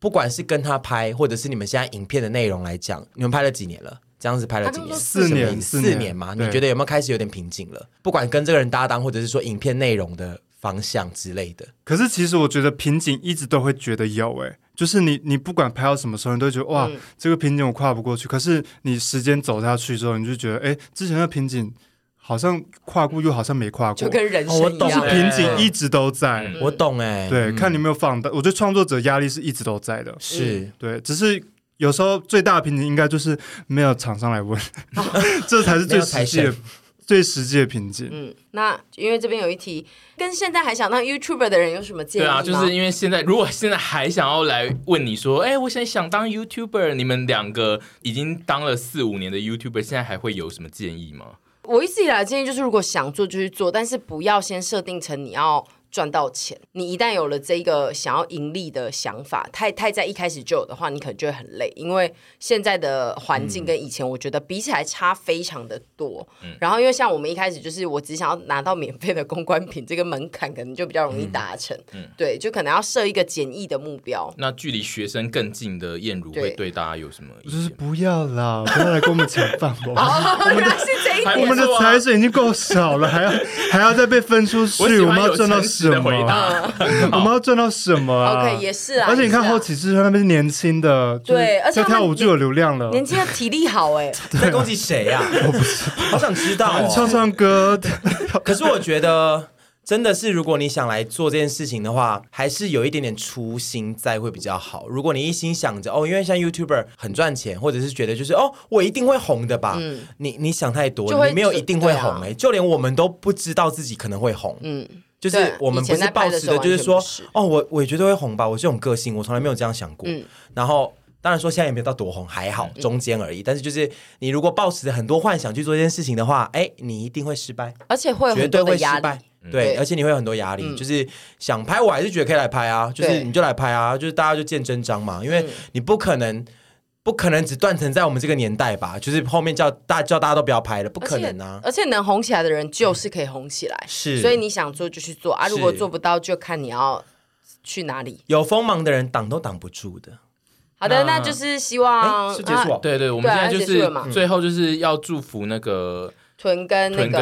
不管是跟他拍，或者是你们现在影片的内容来讲，你们拍了几年了？这样子拍了几
他
年？
们说
四年
什么意思
四年
四年嘛？
对
你觉得有没有开始有点瓶颈了？不管跟这个人搭档，或者是说影片内容的方向之类的，
可是其实我觉得瓶颈一直都会觉得有诶、就是你你不管拍到什么时候，你都会觉得哇、
嗯
这个瓶颈我跨不过去。可是你时间走下去之后，你就觉得诶、之前的瓶颈好像跨过，又好像没跨过，
就跟人生
哦我
一
懂
样
是
了。
瓶颈一直都在。
嗯
我懂哎、
对，
嗯
看你有没有放大。我觉得创作者压力是一直都在的，
是。
对，只是有时候最大的瓶颈应该就是没有厂商来问， *laughs* 这才是最实际
没有
的、最实际的瓶颈。
嗯，那因为这边有一题，跟现在还想当 YouTuber 的人有什么建
对
议
啊，
吗？
就是因为现在，如果现在还想要来问你说，哎、我现在想当 YouTuber，你们两个已经当了四五年的 YouTuber，现在还会有什么建议吗？
我一直以来的建议就是，如果想做就去做，但是不要先设定成你要赚到钱。你一旦有了这个想要盈利的想法，太太在一开始就有的话，你可能就会很累，因为现在的环
嗯
境跟以前我觉得比起来差非常的多。然后因为像我们一开始就是我只想要拿到免费的公关品，这个门槛可能就比较容
嗯
易达成。对，就可能要设一个简易的目标。
那距离学生更近的燕如
对
会对大家有什么意
就是
*laughs*
见？
不要啦，不要来跟我们抢饭哦。
原来是谁
还
我们的财水已经够少了，
*laughs*
还要还要再被分出
我喜
去，
欢
我们要赚到什
有诚实的
么
回
*laughs* 啊？
答
我们要赚到什么啊
OK，也是啊
而且你看
也是啊
后起之秀那边是年轻的，就是
对而且
在
他们
跳舞就有流量了，
年轻的体力好哎、
在攻击谁呀？我不是，好想知道哦。
唱唱歌，
可是我觉得， *laughs* 真的是如果你想来做这件事情的话，还是有一点点初心在会比较好。如果你一心想着哦，因为像 YouTuber 很赚钱，或者是觉得就是哦，我一定会红的吧，你你想太多
嗯就，会
你没有一定会红
对啊
哎、就连我们都不知道自己可能会红，嗯。就是
对
我们
以
不
前
是
在
抱
拍
持
的时
的，
候
就是说
完全不是，嗯
哦，我我觉得会红吧，我这种个性，我从来没有这样想过。然后当然说现在也没有到多红，还好中间而已。但是就是你如果抱持很多幻想去做这件事情的话，哎，你一定会失败。
而且会有
绝
很
对
多的
会失
压力
败。。
嗯
对，
对嗯
而且你会有很多压力，就是想拍，我还是觉得可以来拍啊，就是
对
你就来拍啊，就是大家就见真章嘛，因为你不可能，不可能只断层在我们这个年代吧，就是后面叫大叫大家都不要拍了，不可能啊，
而且能红起来的人就是可以红起来，
是
所以你想做就去做啊，
是
如果做不到就看你要去哪里。
有锋芒的人挡都挡不住的，
好的，
那
那就是希
哎，
望
是结束
啊
啊，
对对，我们现在就
对啊结束
是
了嘛
最后就是要祝福那个
屯跟那
屯
个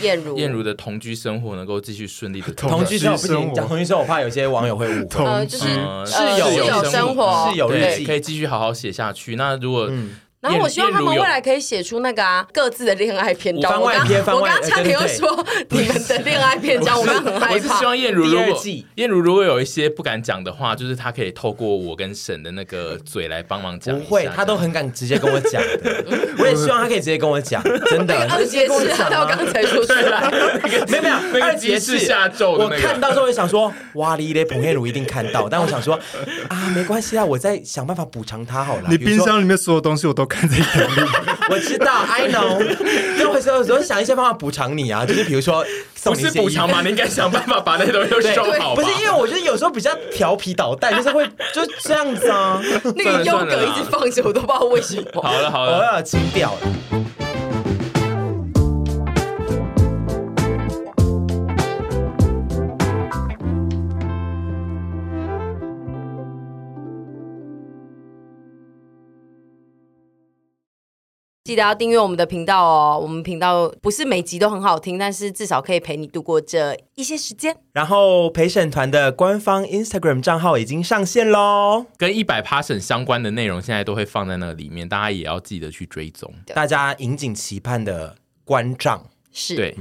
跟
燕如，
燕如的同居生活能够继续顺利的
同
同居生活不
居生
行，
活
讲同居生活，我怕有些网友会
*laughs*
误会，
呃，
同
就是
居
呃
呃
室友
友
生
生活
室友日
对。
记嗯
可以继续好好写下去。那如果
然后我希望他
燕如
们
有
未来可以写出那个啊各自的恋爱篇章。
翻
我
外
刚
篇翻
我
外
刚差点要说你们的恋爱篇章，我刚很害
我是希
怕。
望燕如如
第二
果
季
燕如如果有一些不敢讲的话，就是她可以透过我跟沈的那个嘴来帮忙讲一
不
下。
会，他
*laughs*
都很敢直接跟我讲
*laughs*
的，我也希望他可以直接跟我讲，真的，
二
直接
姐
跟我
是
讲
他
啊
我刚才说出来，
没有没
那
有，
个
二节
鸡翅下咒的
我
那个
看到之后也想说，哇哩嘞，彭彦如一定看到，但我想说啊，没关系啊，我再想办法补偿他好了。
你
比如
冰
说，
箱里面所有东西我都看在眼里， *laughs*
我知道，I know，但我有时候想一些办法补偿你啊，就是比如说送
不
你一
是
些
补
衣服
偿。嘛？你应该想办法把那些东西都
对
收，好吧
不是？因为我觉得有时候比较调皮捣蛋，就是会 *laughs* 就这样子啊，
那个优格一直放着，我都不知道为什么。
好了好
我
了，
要清掉了。
记得要订阅我们的频道哦。我们频道不是每集都很好听，但是至少可以陪你度过这一些时间。
然后陪审团的官方 Instagram 账号已经上线喽，
跟一百 p a s s o n 相关的内容现在都会放在那里面，大家也要记得去追踪。
大家引颈期盼的关账。
是，
嗯
对，